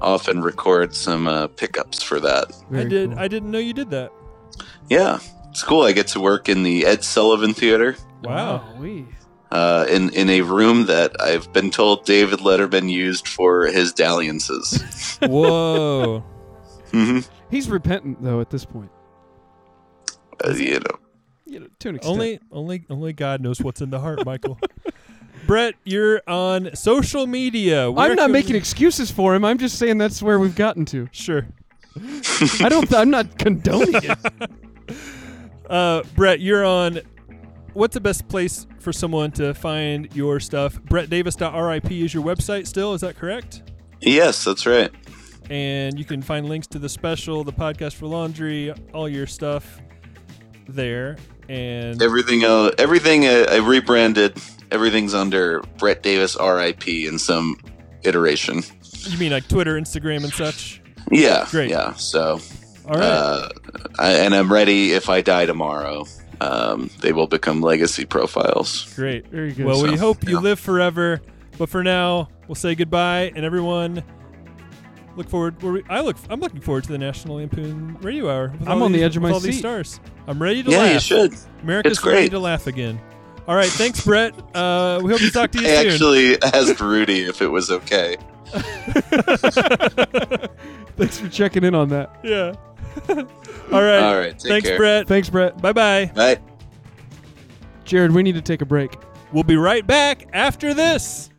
[SPEAKER 3] off and record some uh, pickups for that.
[SPEAKER 2] I
[SPEAKER 1] Very
[SPEAKER 2] did
[SPEAKER 1] cool.
[SPEAKER 2] I didn't know you did that.
[SPEAKER 3] Yeah, it's cool. I get to work in the Ed Sullivan Theater.
[SPEAKER 2] Wow.
[SPEAKER 1] Wowee.
[SPEAKER 3] uh, in in a room that I've been told David Letterman used for his dalliances.
[SPEAKER 2] Whoa.
[SPEAKER 3] hmm
[SPEAKER 1] He's repentant though at this point.
[SPEAKER 3] uh, you know,
[SPEAKER 1] You know, to an extent.
[SPEAKER 2] Only, only, only God knows what's in the heart, Michael. Brett, you're on social media. Where
[SPEAKER 1] I'm not
[SPEAKER 2] can-
[SPEAKER 1] making excuses for him. I'm just saying that's where we've gotten to.
[SPEAKER 2] Sure,
[SPEAKER 1] I don't. I'm not condoning it.
[SPEAKER 2] uh, Brett, you're on. What's the best place for someone to find your stuff? BrettDavis.rip is your website still. Is that correct?
[SPEAKER 3] yes, that's right.
[SPEAKER 2] And you can find links to the special, the podcast for laundry, all your stuff there. And
[SPEAKER 3] Everything, uh, everything uh, I rebranded. Everything's under Brett Davis R.I.P. in some iteration.
[SPEAKER 2] you mean like Twitter, Instagram, and such?
[SPEAKER 3] Yeah,
[SPEAKER 2] Great.
[SPEAKER 3] yeah. So,
[SPEAKER 2] All right.
[SPEAKER 3] uh, I, and I'm ready. If I die tomorrow, um, they will become legacy profiles.
[SPEAKER 2] Great.
[SPEAKER 1] Very good.
[SPEAKER 2] Well, we
[SPEAKER 3] stuff.
[SPEAKER 2] hope you
[SPEAKER 3] Yeah.
[SPEAKER 2] live forever, but for now, we'll say goodbye, and everyone look forward. Where we, I look, I'm looking forward to the National Lampoon Radio Hour. with
[SPEAKER 1] I'm
[SPEAKER 2] all
[SPEAKER 1] on the
[SPEAKER 2] these-
[SPEAKER 1] edge of my
[SPEAKER 2] with all these
[SPEAKER 1] seat.
[SPEAKER 2] stars. I'm ready to
[SPEAKER 3] Yeah,
[SPEAKER 2] laugh.
[SPEAKER 3] you should.
[SPEAKER 2] America's
[SPEAKER 3] It's great.
[SPEAKER 2] ready to laugh again. All right, thanks, Brett. Uh, we hope to talk to you
[SPEAKER 3] I
[SPEAKER 2] soon.
[SPEAKER 3] actually asked Rudy if it was okay.
[SPEAKER 1] Thanks for checking in on that.
[SPEAKER 2] yeah. all right.
[SPEAKER 3] All right, take
[SPEAKER 2] thanks,
[SPEAKER 3] care.
[SPEAKER 2] Brett.
[SPEAKER 1] Thanks, Brett.
[SPEAKER 2] Bye bye.
[SPEAKER 3] Right.
[SPEAKER 1] Jared, we need to take a break.
[SPEAKER 2] We'll be right back after this.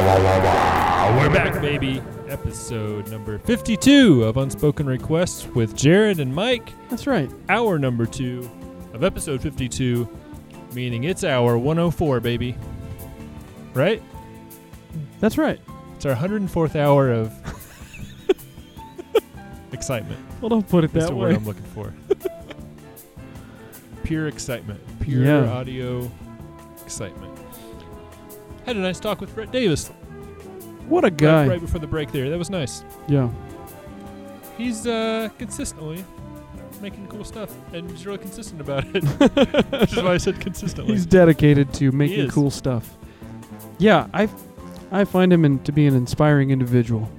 [SPEAKER 2] We're back, baby. Episode number 52 of Unspoken Requests with Jared and Mike.
[SPEAKER 1] That's right.
[SPEAKER 2] Hour number two of episode 52, meaning it's hour 104, baby. Right?
[SPEAKER 1] That's right.
[SPEAKER 2] It's our 104th hour of excitement.
[SPEAKER 1] Well, don't put it
[SPEAKER 2] That's
[SPEAKER 1] that
[SPEAKER 2] the
[SPEAKER 1] way.
[SPEAKER 2] word I'm looking for. Pure excitement. Pure
[SPEAKER 1] Yeah.
[SPEAKER 2] audio excitement. Had a nice talk with Brett Davis right-
[SPEAKER 1] What a guy.
[SPEAKER 2] right, before the break there. That was nice.
[SPEAKER 1] Yeah.
[SPEAKER 2] He's uh, consistently making cool stuff, and he's really consistent about it. Which is why I said consistently.
[SPEAKER 1] He's dedicated to making
[SPEAKER 2] is.
[SPEAKER 1] cool stuff. Yeah, I, I find him in, to be an inspiring individual.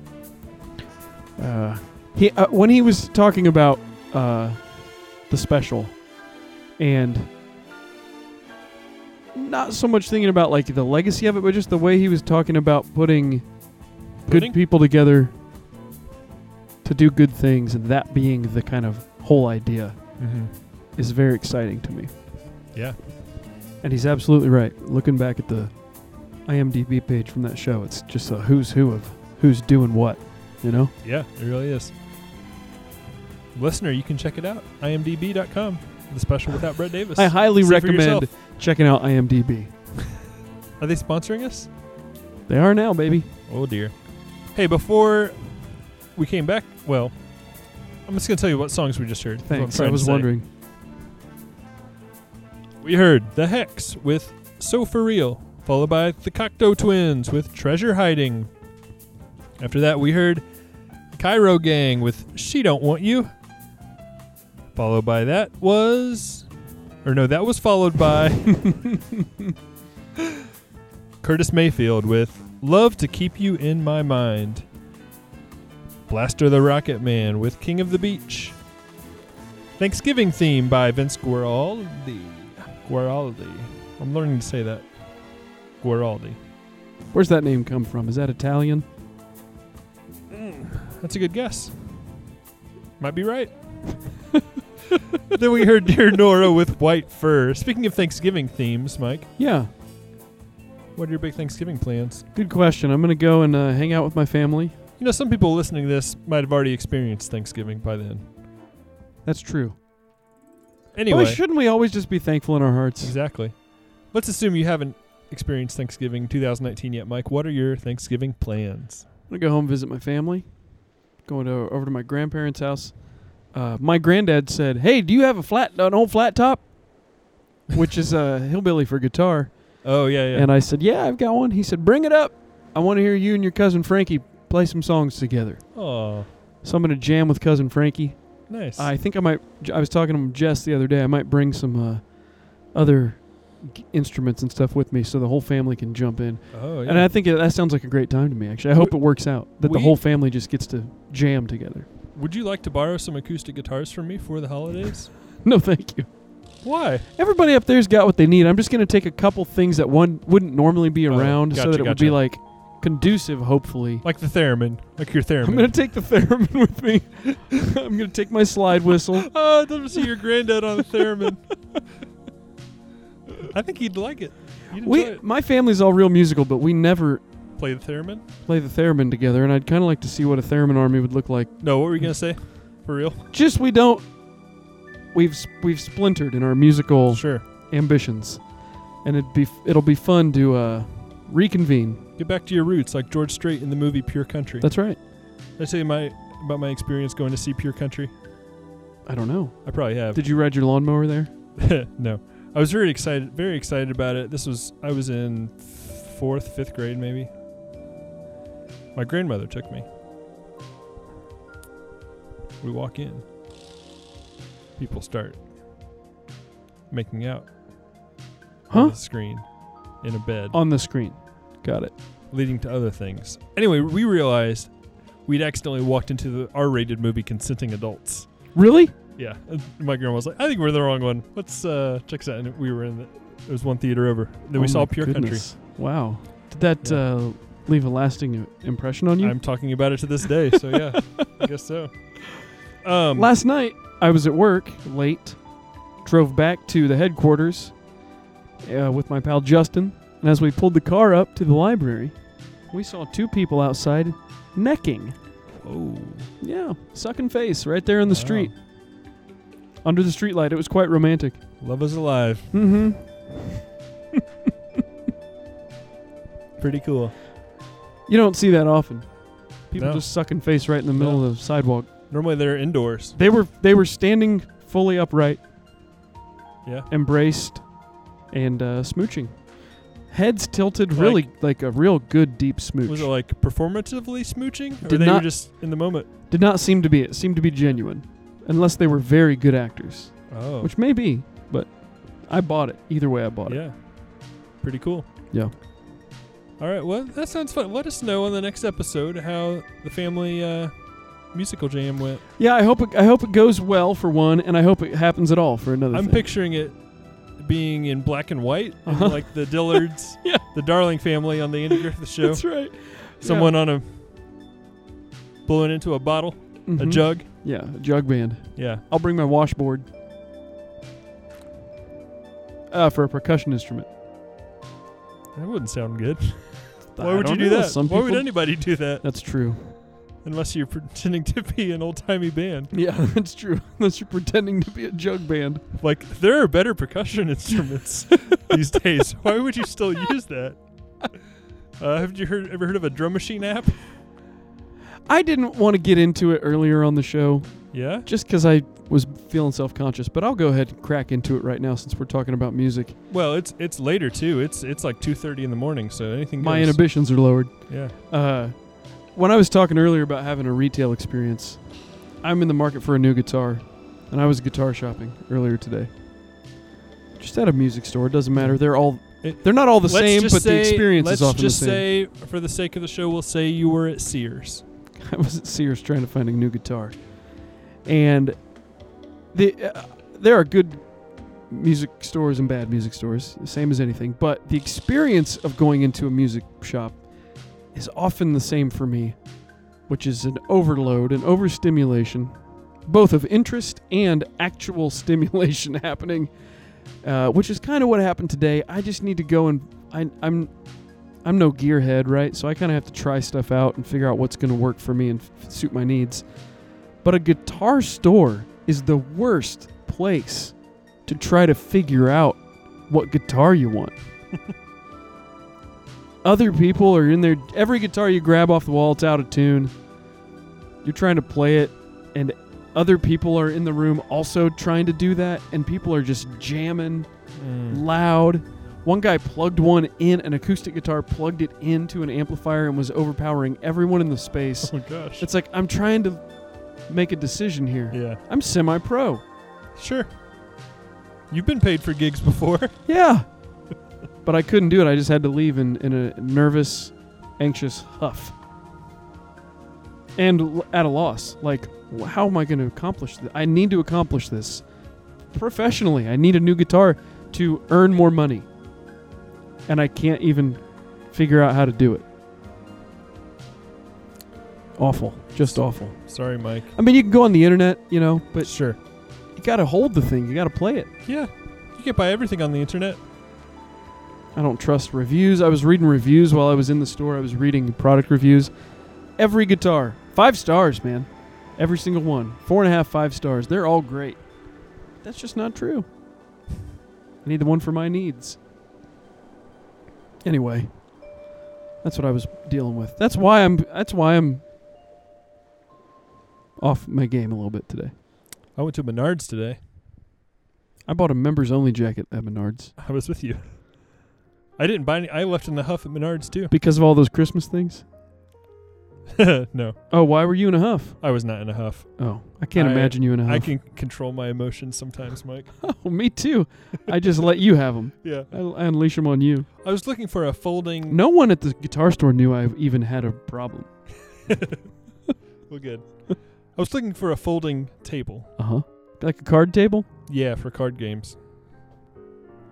[SPEAKER 1] Uh, he uh, when he was talking about uh, the special, and not so much thinking about like the legacy of it, but just the way he was talking about putting
[SPEAKER 2] Pudding?
[SPEAKER 1] good people together to do good things, and that being the kind of whole idea
[SPEAKER 2] Mhm.
[SPEAKER 1] is very exciting to me.
[SPEAKER 2] Yeah.
[SPEAKER 1] And he's absolutely right. Looking back at the IMDb page from that show, it's just a who's who of who's doing what, you know?
[SPEAKER 2] Yeah, it really is. Listener, you can check it out. imdb.com. The special without Brett Davis.
[SPEAKER 1] I highly
[SPEAKER 2] See for
[SPEAKER 1] recommend
[SPEAKER 2] yourself.
[SPEAKER 1] checking out IMDb.
[SPEAKER 2] Are they sponsoring us?
[SPEAKER 1] They are now, baby.
[SPEAKER 2] Oh dear. Hey, before we came back, well, I'm just gonna tell you what songs we just heard. is what I'm
[SPEAKER 1] Thanks.
[SPEAKER 2] trying
[SPEAKER 1] I
[SPEAKER 2] to
[SPEAKER 1] was
[SPEAKER 2] say.
[SPEAKER 1] wondering.
[SPEAKER 2] We heard The Hex with So For Real, followed by The Cocteau Twins with Treasure Hiding. After that, we heard Cairo Gang with She Don't Want You. Followed by that was, or no, that was followed by Curtis Mayfield with "Love to Keep You in My Mind." Blaster the Rocket Man with "King of the Beach." Thanksgiving theme by Vince Guaraldi. Guaraldi. I'm learning to say that. Guaraldi.
[SPEAKER 1] Where's that name come from? Is that Italian?
[SPEAKER 2] That's a good guess. Might be right. then we heard Dear Nora with White Fur. Speaking of Thanksgiving themes, Mike,
[SPEAKER 1] Yeah.
[SPEAKER 2] what are your big Thanksgiving plans?
[SPEAKER 1] Good question. I'm gonna go and uh, hang out with my family.
[SPEAKER 2] You know, some people listening to this might have already experienced Thanksgiving by then.
[SPEAKER 1] That's true.
[SPEAKER 2] Anyway,
[SPEAKER 1] Boy, shouldn't we always just be thankful in our hearts?
[SPEAKER 2] exactly. Let's assume you haven't experienced Thanksgiving 2019 yet, Mike. What are your Thanksgiving plans?
[SPEAKER 1] I'm gonna go home and visit my family. Going to, over to my grandparents' house. Uh, my granddad said, "Hey, do you have a flat, an old flat top?" Which is a hillbilly for guitar.
[SPEAKER 2] Oh, yeah, yeah.
[SPEAKER 1] And I said, "Yeah, I've got one." He said, "Bring it up. I want to hear you and your cousin Frankie play some songs together."
[SPEAKER 2] oh,
[SPEAKER 1] So I'm gonna jam with cousin Frankie.
[SPEAKER 2] nice.
[SPEAKER 1] I think I might. I was talking to Jess the other day. I might bring some uh, other g- instruments and stuff with me, so the whole family can jump in.
[SPEAKER 2] oh, yeah.
[SPEAKER 1] And I think it, that sounds like a great time to me. Actually, I hope it works out that the
[SPEAKER 2] we-
[SPEAKER 1] whole family just gets to jam together.
[SPEAKER 2] Would you like to borrow some acoustic guitars from me for the holidays?
[SPEAKER 1] No, thank you.
[SPEAKER 2] Why?
[SPEAKER 1] Everybody up there's got what they need. I'm just gonna take a couple things that one wouldn't normally be
[SPEAKER 2] Oh,
[SPEAKER 1] around, so
[SPEAKER 2] gotcha,
[SPEAKER 1] that it would be
[SPEAKER 2] gotcha.
[SPEAKER 1] like conducive, hopefully.
[SPEAKER 2] Like the theremin, like your theremin.
[SPEAKER 1] I'm gonna take the theremin with me. I'm gonna take my slide whistle.
[SPEAKER 2] Oh, I'd love to see your granddad on the theremin. I think he'd like it. You'd enjoy
[SPEAKER 1] We,
[SPEAKER 2] it.
[SPEAKER 1] my family's all real musical, but we never
[SPEAKER 2] Play the theremin?
[SPEAKER 1] play the theremin together, and I'd kind of like to see what a theremin army would look like.
[SPEAKER 2] No, what were you going to say? For real?
[SPEAKER 1] Just we don't. We've s- we've splintered in our musical
[SPEAKER 2] Sure.
[SPEAKER 1] ambitions, and it'd be f- it'll be fun to uh, reconvene.
[SPEAKER 2] Get back to your roots, like George Strait in the movie Pure Country.
[SPEAKER 1] That's right.
[SPEAKER 2] Did I tell you my, about my experience going to see Pure Country?
[SPEAKER 1] I don't know.
[SPEAKER 2] I probably have.
[SPEAKER 1] Did you ride your lawnmower there?
[SPEAKER 2] no. I was very excited, very excited about it. This was, I was in fourth, fifth grade maybe. My grandmother took me. We walk in. People start making out
[SPEAKER 1] Huh?
[SPEAKER 2] on the screen in a bed,
[SPEAKER 1] On the screen. Got it.
[SPEAKER 2] leading to other things. Anyway, we realized we'd accidentally walked into the R rated movie Consenting Adults.
[SPEAKER 1] Really?
[SPEAKER 2] Yeah, and my grandma was like, "I think we're the wrong one. Let's uh, check this out." And we were in the, it was one theater over. Then we
[SPEAKER 1] Oh
[SPEAKER 2] saw
[SPEAKER 1] my
[SPEAKER 2] Pure
[SPEAKER 1] goodness. Wow. Did that
[SPEAKER 2] Yeah.
[SPEAKER 1] uh, leave a lasting impression on you?
[SPEAKER 2] Country. I'm talking about it to this day. So yeah, I guess so. Um,
[SPEAKER 1] Last night, I was at work late, drove back to the headquarters uh, with my pal Justin, and as we pulled the car up to the library, we saw two people outside necking.
[SPEAKER 2] oh,
[SPEAKER 1] Yeah, sucking face right there on the
[SPEAKER 2] wow.
[SPEAKER 1] street, under the streetlight. It was quite romantic.
[SPEAKER 2] Love is alive.
[SPEAKER 1] Mm hmm.
[SPEAKER 2] Pretty cool.
[SPEAKER 1] You don't see that often. People
[SPEAKER 2] No.
[SPEAKER 1] just sucking face right in the middle of the sidewalk.
[SPEAKER 2] Normally they're indoors.
[SPEAKER 1] They were they were standing fully upright,
[SPEAKER 2] Yeah.
[SPEAKER 1] embraced, and uh, smooching. Heads tilted, really like a real good deep smooch.
[SPEAKER 2] Was it like performatively smooching, or
[SPEAKER 1] Did
[SPEAKER 2] they were
[SPEAKER 1] not-
[SPEAKER 2] just in the moment?
[SPEAKER 1] Did not seem to be. It seemed to be genuine, unless they were very good actors,
[SPEAKER 2] Oh,
[SPEAKER 1] which may be. But I bought it either way. I bought it.
[SPEAKER 2] yeah, pretty cool.
[SPEAKER 1] Yeah.
[SPEAKER 2] All right. Well, that sounds fun. Let us know on the next episode how the family uh, musical jam went.
[SPEAKER 1] Yeah, I hope it, I hope it goes well for one, and I hope it happens at all for another.
[SPEAKER 2] I'm
[SPEAKER 1] thing.
[SPEAKER 2] picturing it being in black and white, and
[SPEAKER 1] Uh-huh.
[SPEAKER 2] like the Dillards,
[SPEAKER 1] Yeah.
[SPEAKER 2] the Darling family on the Andy Griffith Show.
[SPEAKER 1] That's right.
[SPEAKER 2] Someone on a blowing into a bottle, a
[SPEAKER 1] Mhm.
[SPEAKER 2] jug.
[SPEAKER 1] Yeah, a jug band.
[SPEAKER 2] Yeah,
[SPEAKER 1] I'll bring my washboard. Uh, for a percussion instrument.
[SPEAKER 2] that wouldn't sound good.
[SPEAKER 1] I
[SPEAKER 2] Why would you
[SPEAKER 1] don't
[SPEAKER 2] do
[SPEAKER 1] know,
[SPEAKER 2] that?
[SPEAKER 1] Some
[SPEAKER 2] Why would
[SPEAKER 1] people-
[SPEAKER 2] anybody do that
[SPEAKER 1] That's true.
[SPEAKER 2] unless you're pretending to be an old timey band?
[SPEAKER 1] Yeah, that's true. Unless you're pretending to be a jug band.
[SPEAKER 2] Like there are better percussion instruments these days. Why would you still use that? Uh, have you heard ever heard of a drum machine app?
[SPEAKER 1] I didn't want to get into it earlier on the show
[SPEAKER 2] Yeah.
[SPEAKER 1] just because I was feeling self conscious, but I'll go ahead and crack into it right now since we're talking about music.
[SPEAKER 2] Well, it's it's later too. It's it's like two thirty in the morning, so anything.
[SPEAKER 1] My
[SPEAKER 2] goes.
[SPEAKER 1] inhibitions are lowered.
[SPEAKER 2] Yeah.
[SPEAKER 1] Uh, when I was talking earlier about having a retail experience, I'm in the market for a new guitar. And I was guitar shopping earlier today. Just at a music store. Doesn't matter. They're all eh,
[SPEAKER 2] It-
[SPEAKER 1] they're not all the
[SPEAKER 2] Let's
[SPEAKER 1] same,
[SPEAKER 2] just
[SPEAKER 1] but the
[SPEAKER 2] say-
[SPEAKER 1] experience
[SPEAKER 2] let's
[SPEAKER 1] is often
[SPEAKER 2] just
[SPEAKER 1] the same.
[SPEAKER 2] say, for the sake of the show, we'll say you were at Sears.
[SPEAKER 1] I was at Sears trying to find a new guitar, and the uh, there are good music stores and bad music stores, same as anything. But the experience of going into a music shop is often the same for me, which is an overload, an overstimulation, both of interest and actual stimulation happening, uh, which is kind of what happened today. I just need to go and I, I'm I'm no gearhead, right? So I kind of have to try stuff out and figure out what's going to work for me and f- suit my needs. But a guitar store is the worst place to try to figure out what guitar you want. Other people are in there. Every guitar you grab off the wall, it's out of tune. You're trying to play it, and other people are in the room also trying to do that, and people are just jamming
[SPEAKER 2] Mm.
[SPEAKER 1] loud. One guy plugged one in, an acoustic guitar, plugged it into an amplifier, and was overpowering everyone in the space.
[SPEAKER 2] Oh gosh.
[SPEAKER 1] It's like, I'm trying to make a decision here.
[SPEAKER 2] Yeah.
[SPEAKER 1] I'm semi pro.
[SPEAKER 2] Sure. You've been paid for gigs before.
[SPEAKER 1] Yeah. but I couldn't do it. I just had to leave in, in a nervous, anxious huff. And l- at a loss. Like, wh- how am I going to accomplish this? I need to accomplish this professionally. I need a new guitar to earn more money. And I can't even figure out how to do it. Awful. Just awful.
[SPEAKER 2] Sorry, Mike.
[SPEAKER 1] I mean, you can go on the internet, you know, but
[SPEAKER 2] sure.
[SPEAKER 1] you got to hold the thing, you got to play it.
[SPEAKER 2] Yeah. You can buy everything on the internet.
[SPEAKER 1] I don't trust reviews. I was reading reviews while I was in the store. I was reading product reviews. Every guitar, five stars, man. Every single one. Four and a half, five stars. They're all great. That's just not true. I need the one for my needs. Anyway, that's what I was dealing with. That's why I'm that's why I'm off my game a little bit today.
[SPEAKER 2] I went to Menards today.
[SPEAKER 1] I bought a members only jacket at Menards
[SPEAKER 2] I was with you. I didn't buy any. I left in the huff at Menards too.
[SPEAKER 1] because of all those Christmas things.
[SPEAKER 2] no,
[SPEAKER 1] Oh, why were you in a huff?
[SPEAKER 2] I was not in a huff.
[SPEAKER 1] Oh, I can't
[SPEAKER 2] I-
[SPEAKER 1] imagine you in a huff.
[SPEAKER 2] I can control my emotions sometimes, Mike.
[SPEAKER 1] Oh, me too. I just let you have them.
[SPEAKER 2] Yeah.
[SPEAKER 1] I, I unleash them on you.
[SPEAKER 2] I was looking for a folding.
[SPEAKER 1] No one at the guitar store knew I even had a problem.
[SPEAKER 2] Well, good. I was looking for a folding table.
[SPEAKER 1] Uh huh. Like a card table?
[SPEAKER 2] Yeah, for card games.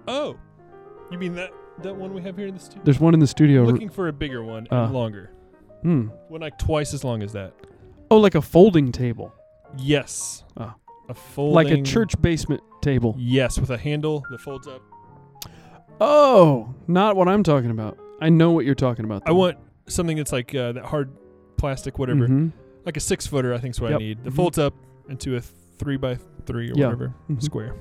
[SPEAKER 2] Oh, you mean that that one we have here in the studio?
[SPEAKER 1] There's one in the studio.
[SPEAKER 2] looking for a bigger one
[SPEAKER 1] Uh.
[SPEAKER 2] and longer.
[SPEAKER 1] Hmm.
[SPEAKER 2] One like twice as long as that.
[SPEAKER 1] Oh, like a folding table.
[SPEAKER 2] Yes.
[SPEAKER 1] Oh.
[SPEAKER 2] A folding.
[SPEAKER 1] Like a church basement table.
[SPEAKER 2] Yes, with a handle that folds up.
[SPEAKER 1] Oh, not what I'm talking about. I know what you're talking about.
[SPEAKER 2] I
[SPEAKER 1] though.
[SPEAKER 2] want something that's like uh, that hard plastic, whatever. Mm-hmm.
[SPEAKER 1] Mhm.
[SPEAKER 2] Like a six footer, I think is what
[SPEAKER 1] Yep.
[SPEAKER 2] I need. That
[SPEAKER 1] Mhm.
[SPEAKER 2] folds up into a three by three or
[SPEAKER 1] Yeah.
[SPEAKER 2] whatever
[SPEAKER 1] Mhm.
[SPEAKER 2] square,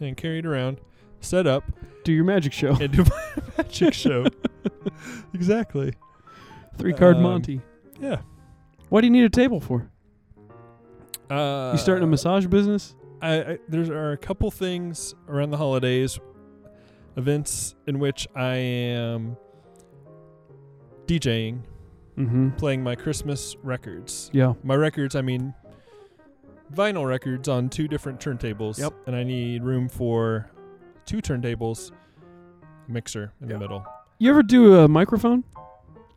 [SPEAKER 2] and carry it around, set up,
[SPEAKER 1] Do your magic show.
[SPEAKER 2] and do my magic show. exactly.
[SPEAKER 1] Three card
[SPEAKER 2] um,
[SPEAKER 1] Monty.
[SPEAKER 2] Yeah.
[SPEAKER 1] What do you need a table for?
[SPEAKER 2] Uh,
[SPEAKER 1] You starting a massage business?
[SPEAKER 2] I, I there are a couple things around the holidays, events in which I am DJing,
[SPEAKER 1] Mm hmm.
[SPEAKER 2] playing my Christmas records.
[SPEAKER 1] Yeah.
[SPEAKER 2] My records, I mean vinyl records on two different turntables.
[SPEAKER 1] Yep.
[SPEAKER 2] And I need room for two turntables, mixer in
[SPEAKER 1] Yeah.
[SPEAKER 2] the middle.
[SPEAKER 1] You ever do a microphone?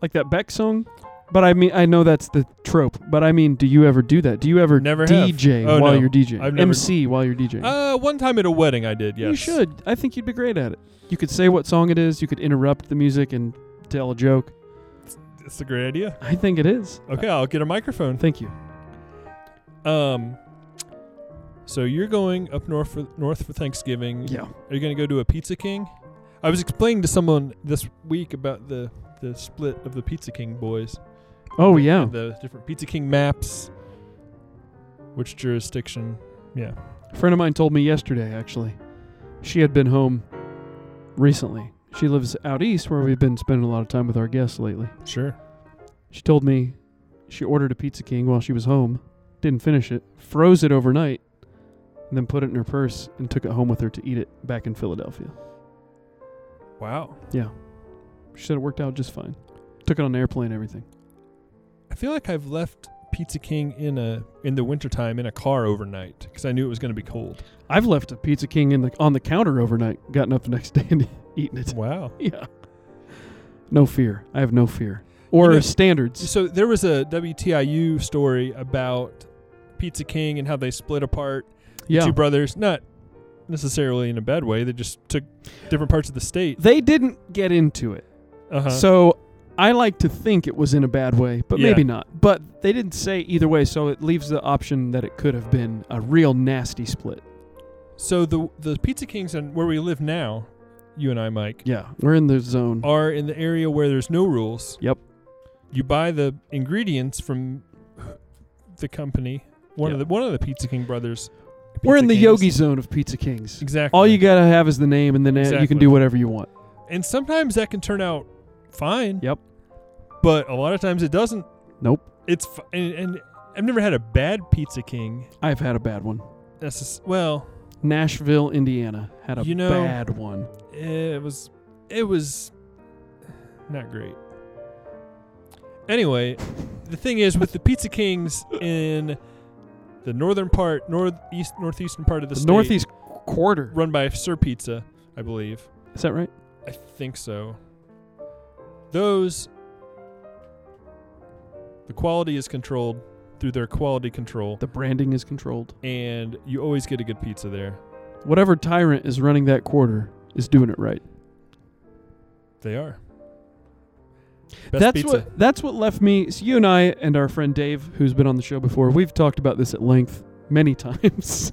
[SPEAKER 1] Like that Beck song? But I mean, I know that's the trope. But I mean, do you ever do that? Do you ever
[SPEAKER 2] Never have.
[SPEAKER 1] DJ
[SPEAKER 2] Oh,
[SPEAKER 1] while
[SPEAKER 2] no.
[SPEAKER 1] you're DJing?
[SPEAKER 2] I've never-
[SPEAKER 1] MC while you're DJing?
[SPEAKER 2] Uh, one time at a wedding I did, yes.
[SPEAKER 1] You should. I think you'd be great at it. You could say what song it is. You could interrupt the music and tell a joke.
[SPEAKER 2] It's a great idea.
[SPEAKER 1] I think it is. Uh,
[SPEAKER 2] Okay, I'll get a microphone.
[SPEAKER 1] Thank you.
[SPEAKER 2] Um so you're going up north for north for Thanksgiving.
[SPEAKER 1] Yeah.
[SPEAKER 2] Are you going to go to a Pizza King? I was explaining to someone this week about the the split of the Pizza King boys.
[SPEAKER 1] Oh yeah.
[SPEAKER 2] and the different Pizza King maps, which jurisdiction? Yeah.
[SPEAKER 1] A friend of mine told me yesterday, actually. She had been home recently. She lives out east, where we've been spending a lot of time with our guests lately.
[SPEAKER 2] Sure.
[SPEAKER 1] She told me she ordered a Pizza King while she was home, didn't finish it, froze it overnight, and then put it in her purse and took it home with her to eat it back in Philadelphia.
[SPEAKER 2] Wow.
[SPEAKER 1] She said it worked out just fine. Took it on the airplane, and everything.
[SPEAKER 2] I feel like I've left Pizza King in a in the wintertime in a car overnight because I knew it was going to be cold.
[SPEAKER 1] I've left a Pizza King in the on the counter overnight, gotten up the next day and eaten it.
[SPEAKER 2] Wow.
[SPEAKER 1] Yeah. No fear. I have no fear. Or
[SPEAKER 2] You know-
[SPEAKER 1] standards.
[SPEAKER 2] So there was a WTIU story about Pizza King and how they split apart the
[SPEAKER 1] Yeah.
[SPEAKER 2] two brothers, not necessarily in a bad way. They just took different parts of the state.
[SPEAKER 1] They didn't get into it.
[SPEAKER 2] Uh-huh.
[SPEAKER 1] So I like to think it was in a bad way, but
[SPEAKER 2] Yeah.
[SPEAKER 1] maybe not. But they didn't say either way, so it leaves the option that it could have been a real nasty split.
[SPEAKER 2] so the the Pizza Kings and where we live now, you and I, Mike,
[SPEAKER 1] Yeah. We're in the zone.
[SPEAKER 2] are in the area where there's no rules.
[SPEAKER 1] Yep.
[SPEAKER 2] You buy the ingredients from the company. One of the one of the Pizza King brothers.
[SPEAKER 1] We're
[SPEAKER 2] Pizza
[SPEAKER 1] in the
[SPEAKER 2] Kings.
[SPEAKER 1] yogi zone of Pizza Kings.
[SPEAKER 2] Exactly.
[SPEAKER 1] All you gotta have is the name, and then uh, you can
[SPEAKER 2] Exactly.
[SPEAKER 1] do whatever you want.
[SPEAKER 2] and sometimes that can turn out fine.
[SPEAKER 1] Yep.
[SPEAKER 2] But a lot of times it doesn't.
[SPEAKER 1] Nope.
[SPEAKER 2] It's f- and, and I've never had a bad Pizza King.
[SPEAKER 1] I've had a bad one.
[SPEAKER 2] That's just, well,
[SPEAKER 1] Nashville, Indiana had a
[SPEAKER 2] You know-
[SPEAKER 1] bad one.
[SPEAKER 2] it was it was not great. Anyway, the thing is with the Pizza Kings in the northern part, northeast northeastern part of the,
[SPEAKER 1] The
[SPEAKER 2] state,
[SPEAKER 1] Northeast quarter.
[SPEAKER 2] run by Sir Pizza, I believe.
[SPEAKER 1] Is that right?
[SPEAKER 2] I think so. Those the quality is controlled through their quality control
[SPEAKER 1] The branding is controlled.
[SPEAKER 2] and you always get a good pizza there.
[SPEAKER 1] Whatever tyrant is running that quarter is doing it right.
[SPEAKER 2] They are. Best
[SPEAKER 1] that's
[SPEAKER 2] pizza.
[SPEAKER 1] what that's what left me. So you and I and our friend Dave, who's been on the show before, we've talked about this at length many times.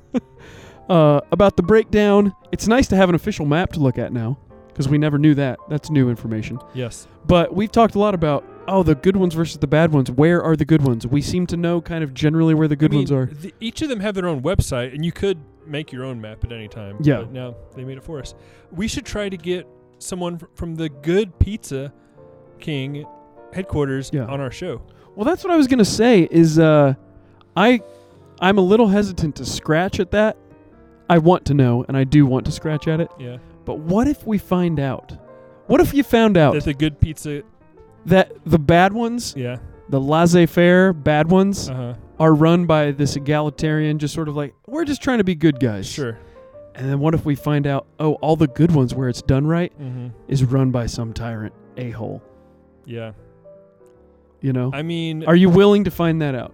[SPEAKER 1] uh, about the breakdown. It's nice to have an official map to look at now because we never knew that. That's new information.
[SPEAKER 2] yes.
[SPEAKER 1] But we've talked a lot about oh the good ones versus the bad ones. Where are the good ones? We seem to know kind of generally where the good
[SPEAKER 2] I mean,
[SPEAKER 1] ones are.
[SPEAKER 2] The, each of them have their own website, and you could make your own map at any time.
[SPEAKER 1] Yeah.
[SPEAKER 2] But no, they made it for us. We should try to get someone fr- from the Good Pizza King headquarters
[SPEAKER 1] Yeah.
[SPEAKER 2] on our show.
[SPEAKER 1] Well, that's what I was gonna say. Is uh, I, I'm a little hesitant to scratch at that. I want to know, and I do want to scratch at it.
[SPEAKER 2] Yeah.
[SPEAKER 1] But what if we find out? What if you found out
[SPEAKER 2] That's a good pizza.
[SPEAKER 1] that the bad ones,
[SPEAKER 2] Yeah.
[SPEAKER 1] the laissez-faire bad ones,
[SPEAKER 2] Uh huh.
[SPEAKER 1] are run by this egalitarian, just sort of like we're just trying to be good guys.
[SPEAKER 2] Sure.
[SPEAKER 1] And then what if we find out? Oh, all the good ones where it's done right
[SPEAKER 2] Mm-hmm.
[SPEAKER 1] is run by some tyrant a-hole.
[SPEAKER 2] Yeah.
[SPEAKER 1] You know?
[SPEAKER 2] I mean,
[SPEAKER 1] are you willing to find that out?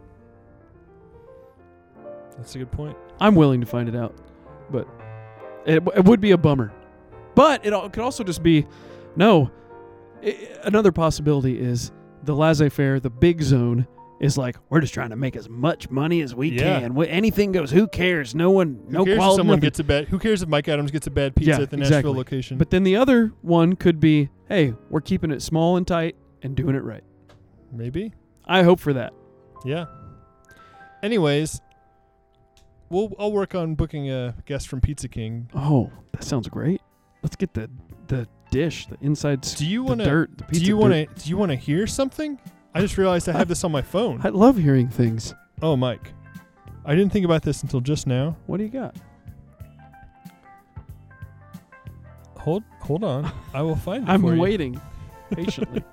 [SPEAKER 2] that's a good point.
[SPEAKER 1] I'm willing to find it out, but it, it would be a bummer. But it al- could also just be no. I- another possibility is the laissez faire, the big zone is like we're just trying to make as much money as we
[SPEAKER 2] Yeah.
[SPEAKER 1] can. Wh- Anything goes. Who cares? No one.
[SPEAKER 2] Who
[SPEAKER 1] no
[SPEAKER 2] cares if
[SPEAKER 1] quality.
[SPEAKER 2] someone
[SPEAKER 1] nothing.
[SPEAKER 2] gets a bad? Who cares if Mike Adams gets a bad pizza
[SPEAKER 1] Yeah,
[SPEAKER 2] at the
[SPEAKER 1] exactly.
[SPEAKER 2] Nashville location?
[SPEAKER 1] but then the other one could be, hey, we're keeping it small and tight and doing it right.
[SPEAKER 2] maybe.
[SPEAKER 1] I hope for that.
[SPEAKER 2] Yeah. Anyways, we'll I'll work on booking a guest from Pizza King.
[SPEAKER 1] Oh, that sounds great. Let's get the the dish, the inside, s-
[SPEAKER 2] Do you
[SPEAKER 1] the
[SPEAKER 2] want to?
[SPEAKER 1] dirt, the
[SPEAKER 2] Do
[SPEAKER 1] pizza.
[SPEAKER 2] you want to? Do you want to hear something? I just realized I have this on my phone.
[SPEAKER 1] I love hearing things.
[SPEAKER 2] Oh, Mike, I didn't think about this until just now.
[SPEAKER 1] What do you got?
[SPEAKER 2] Hold hold on, I will find it.
[SPEAKER 1] I'm
[SPEAKER 2] for you.
[SPEAKER 1] waiting patiently.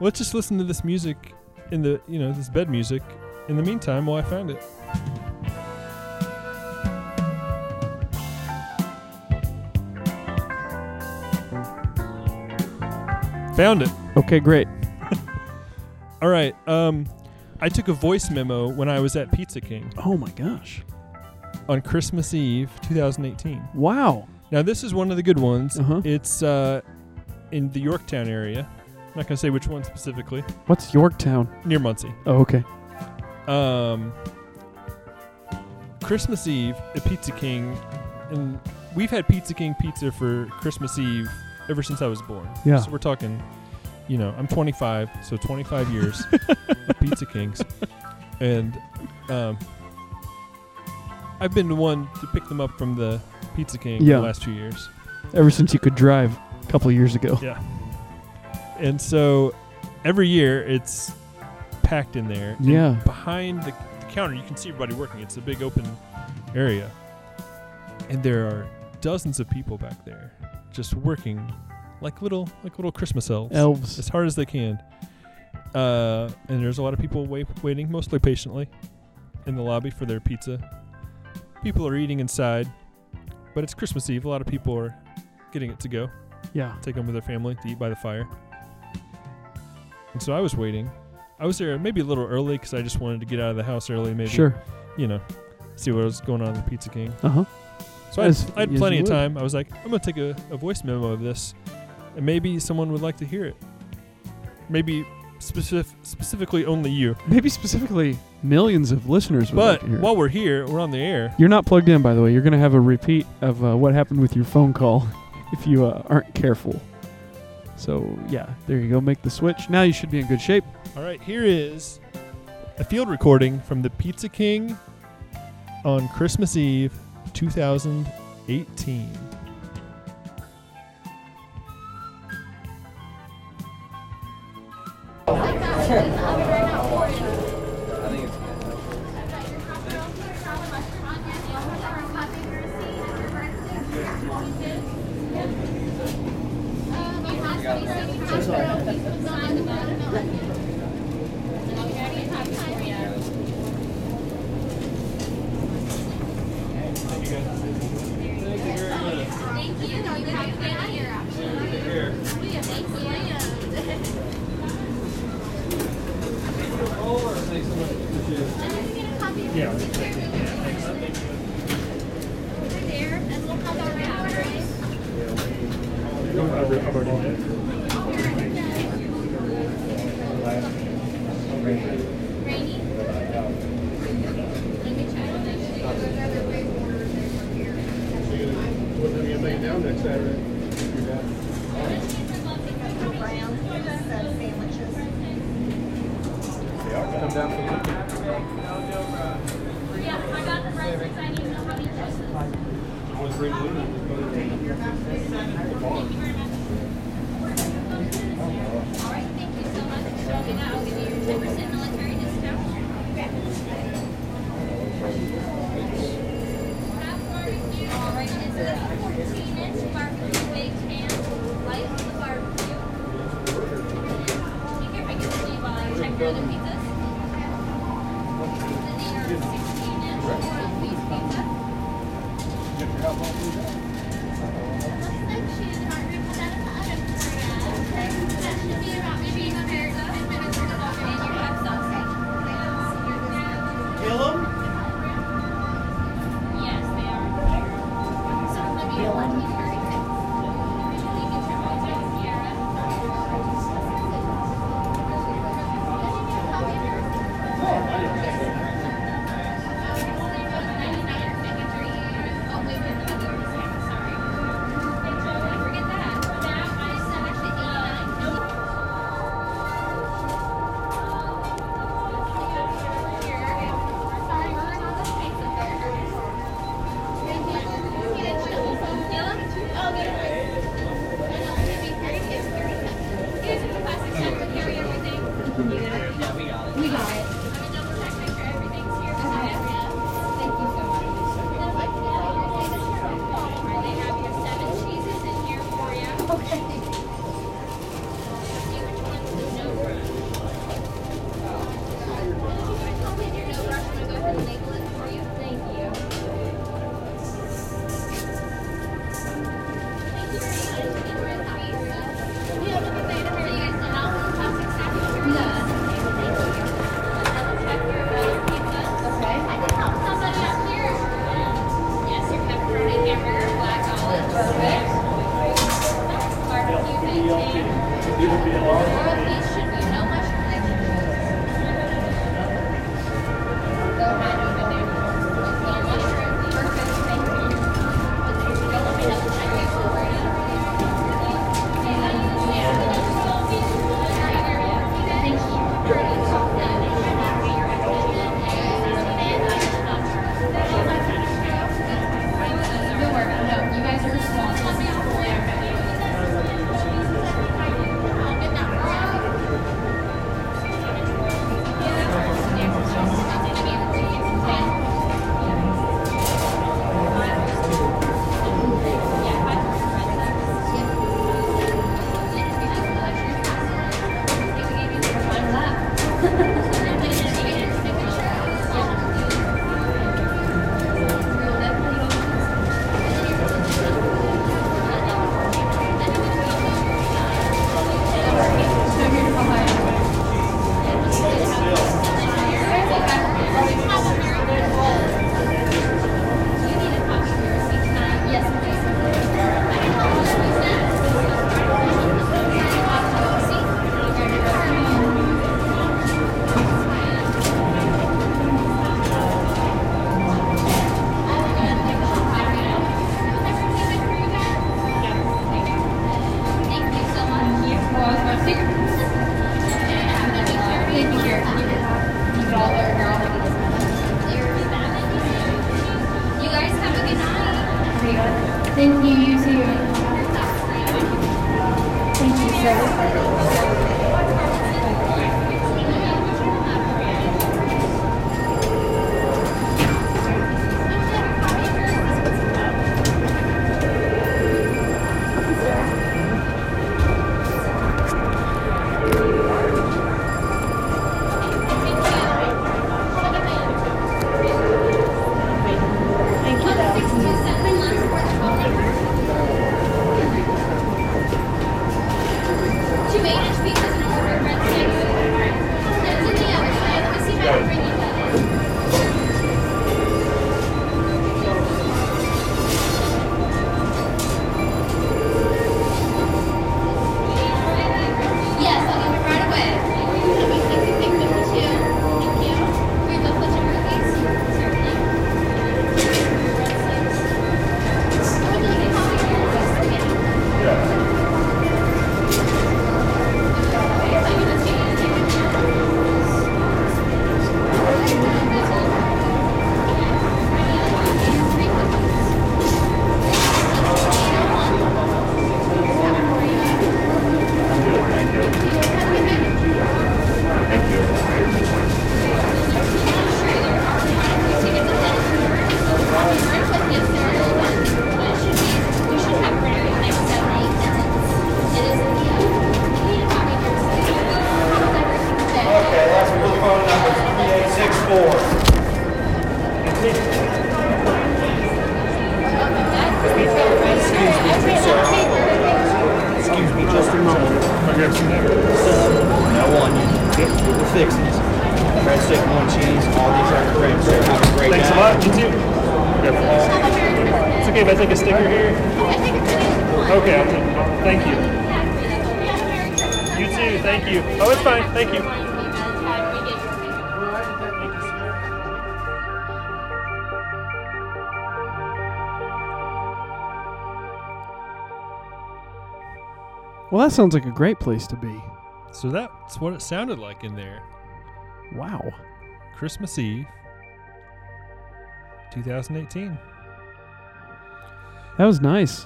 [SPEAKER 2] Let's just listen to this music in the you know this bed music. In the meantime, while I find it. Found it.
[SPEAKER 1] okay, great.
[SPEAKER 2] All right. Um, I took a voice memo when I was at Pizza King
[SPEAKER 1] Oh my gosh.
[SPEAKER 2] on Christmas Eve, 2018.
[SPEAKER 1] Wow.
[SPEAKER 2] Now this is one of the good ones.
[SPEAKER 1] Uh-huh.
[SPEAKER 2] It's uh, in the Yorktown area. I'm not gonna say which one specifically.
[SPEAKER 1] What's Yorktown?
[SPEAKER 2] Near Muncie.
[SPEAKER 1] Oh, okay.
[SPEAKER 2] Um, Christmas Eve at Pizza King, and we've had Pizza King pizza for Christmas Eve ever since I was born.
[SPEAKER 1] Yeah.
[SPEAKER 2] So we're talking, you know, I'm 25, so 25 years of Pizza Kings, and um, I've been the one to pick them up from the Pizza King
[SPEAKER 1] Yeah.
[SPEAKER 2] the last few years.
[SPEAKER 1] Ever since you could drive a couple of years ago.
[SPEAKER 2] Yeah. And so every year it's packed in there. And
[SPEAKER 1] Yeah.
[SPEAKER 2] behind the, the counter, you can see everybody working. It's a big open area. And there are dozens of people back there just working like little like little Christmas elves
[SPEAKER 1] Elves.
[SPEAKER 2] as hard as they can. Uh, and there's a lot of people wait, waiting, mostly patiently, in the lobby for their pizza. People are eating inside, but it's Christmas Eve. A lot of people are getting it to go,
[SPEAKER 1] Yeah.
[SPEAKER 2] take them with their family to eat by the fire. And so I was waiting. I was there maybe a little early because I just wanted to get out of the house early, maybe,
[SPEAKER 1] Sure.
[SPEAKER 2] you know, see what was going on in the Pizza King.
[SPEAKER 1] Uh huh.
[SPEAKER 2] So I had,
[SPEAKER 1] As-
[SPEAKER 2] I had
[SPEAKER 1] as
[SPEAKER 2] plenty
[SPEAKER 1] you
[SPEAKER 2] of
[SPEAKER 1] would.
[SPEAKER 2] time. I was like, I'm gonna take a, a voice memo of this, and maybe someone would like to hear it. Maybe specif- specifically only you.
[SPEAKER 1] Maybe specifically millions of listeners. Would like
[SPEAKER 2] But
[SPEAKER 1] to hear it.
[SPEAKER 2] while we're here, we're on the air.
[SPEAKER 1] you're not plugged in, by the way. You're gonna have a repeat of uh, what happened with your phone call if you uh, aren't careful. So yeah, there you go. Make the switch. Now you should be in good shape.
[SPEAKER 2] All right, here is a field recording from the Pizza King on Christmas Eve, 2018.
[SPEAKER 4] Thank you.
[SPEAKER 5] Thank you, you too. Thank you, sir.
[SPEAKER 4] Yes, I'll give it right away. Thank you. We have a pleasure, please. Certainly. Would you like a copy of your request? Yeah. Okay, so I'm gonna take it and take it down. Okay.
[SPEAKER 6] that's real phone number, 3864. Excuse me just a moment. I'll grab some No one. We're fixing this. Breadstick, one cheese, all these are correct, sir. Have a great
[SPEAKER 7] Thanks a
[SPEAKER 6] day.
[SPEAKER 7] lot. You too. It's okay if I take a sticker here. Okay, I'll take it. Thank you. You too. Thank you. Oh, it's fine. Thank you.
[SPEAKER 1] Well, that sounds like a great place to be.
[SPEAKER 2] So that's what it sounded like in there.
[SPEAKER 1] Wow.
[SPEAKER 2] Christmas Eve, 2018.
[SPEAKER 1] That was nice.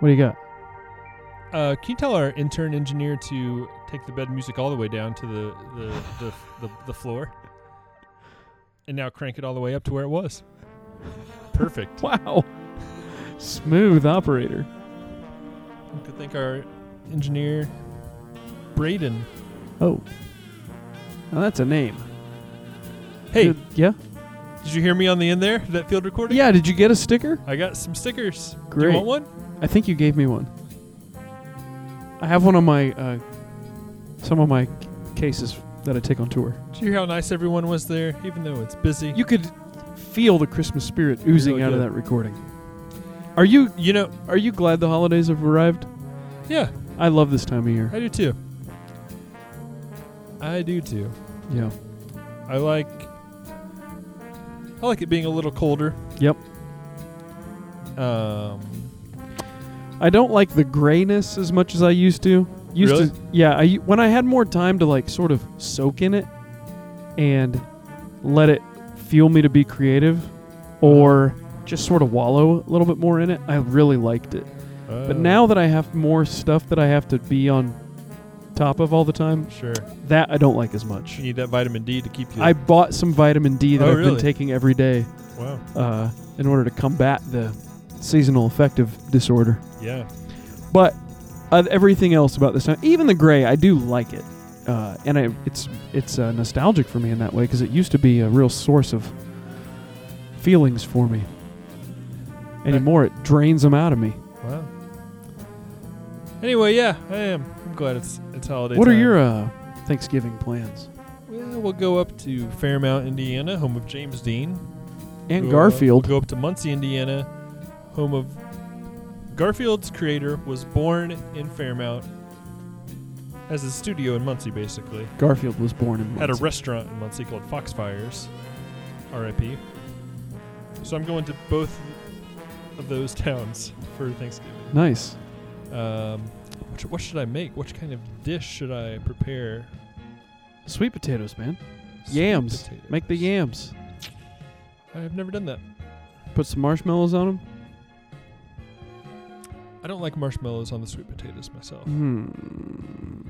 [SPEAKER 1] What do you got?
[SPEAKER 2] Uh, can you tell our intern engineer to take the bed music all the way down to the the, the, the, the floor, and now crank it all the way up to where it was? Perfect.
[SPEAKER 1] Wow. Smooth operator.
[SPEAKER 2] I could thank our engineer, Braden.
[SPEAKER 1] Oh. Now that's a name.
[SPEAKER 2] Hey,
[SPEAKER 1] Did- yeah?
[SPEAKER 2] did you hear me on the end there? That field recording?
[SPEAKER 1] Yeah, did you get a sticker?
[SPEAKER 2] I got some stickers. Do
[SPEAKER 1] Great.
[SPEAKER 2] you want one?
[SPEAKER 1] I think you gave me one. I have one on my uh, some of my c- cases that I take on tour.
[SPEAKER 2] Did you hear how nice everyone was there, even though it's busy?
[SPEAKER 1] You could feel the Christmas spirit oozing
[SPEAKER 2] really
[SPEAKER 1] out of
[SPEAKER 2] did.
[SPEAKER 1] that recording. Are you
[SPEAKER 2] you know,
[SPEAKER 1] are you glad the holidays have arrived?
[SPEAKER 2] yeah,
[SPEAKER 1] I love this time of year.
[SPEAKER 2] I do too. I do too.
[SPEAKER 1] Yeah.
[SPEAKER 2] I like I like it being a little colder.
[SPEAKER 1] Yep.
[SPEAKER 2] Um,
[SPEAKER 1] I don't like the grayness as much as I used to. Used
[SPEAKER 2] Really?
[SPEAKER 1] to, yeah. I when I had more time to like sort of soak in it and let it fuel me to be creative, or just sort of wallow a little bit more in it. I really liked it. But
[SPEAKER 2] uh,
[SPEAKER 1] now that I have more stuff that I have to be on top of all the time,
[SPEAKER 2] sure,
[SPEAKER 1] that I don't like as much.
[SPEAKER 2] you need that vitamin D to keep you.
[SPEAKER 1] I bought some vitamin D that
[SPEAKER 2] Oh,
[SPEAKER 1] I've
[SPEAKER 2] really?
[SPEAKER 1] been taking every day
[SPEAKER 2] wow,
[SPEAKER 1] uh, in order to combat the seasonal affective disorder.
[SPEAKER 2] yeah,
[SPEAKER 1] But uh, everything else about this time, even the gray, I do like it, uh, and I, it's it's uh, nostalgic for me in that way because it used to be a real source of feelings for me. Anymore, it drains them out of me.
[SPEAKER 2] wow. Anyway, yeah, I am. I'm glad it's it's holiday.
[SPEAKER 1] What are
[SPEAKER 2] time.
[SPEAKER 1] your uh, Thanksgiving plans?
[SPEAKER 2] Well, we'll go up to Fairmount, Indiana, home of James Dean,
[SPEAKER 1] And
[SPEAKER 2] We'll, uh,
[SPEAKER 1] Garfield.
[SPEAKER 2] We'll go up to Muncie, Indiana, home of Garfield's creator was born in Fairmount, has a studio in Muncie, basically.
[SPEAKER 1] Garfield was born in
[SPEAKER 2] had a
[SPEAKER 1] Muncie.
[SPEAKER 2] restaurant in Muncie called Foxfires, R.I.P. So I'm going to both of those towns for Thanksgiving.
[SPEAKER 1] nice.
[SPEAKER 2] Um, what, sh- what should I make? Which kind of dish should I prepare?
[SPEAKER 1] Sweet potatoes, man.
[SPEAKER 2] Sweet
[SPEAKER 1] Yams.
[SPEAKER 2] potatoes.
[SPEAKER 1] Make the yams.
[SPEAKER 2] I've never done that.
[SPEAKER 1] Put some marshmallows on them.
[SPEAKER 2] I don't like marshmallows on the sweet potatoes myself.
[SPEAKER 1] Hmm.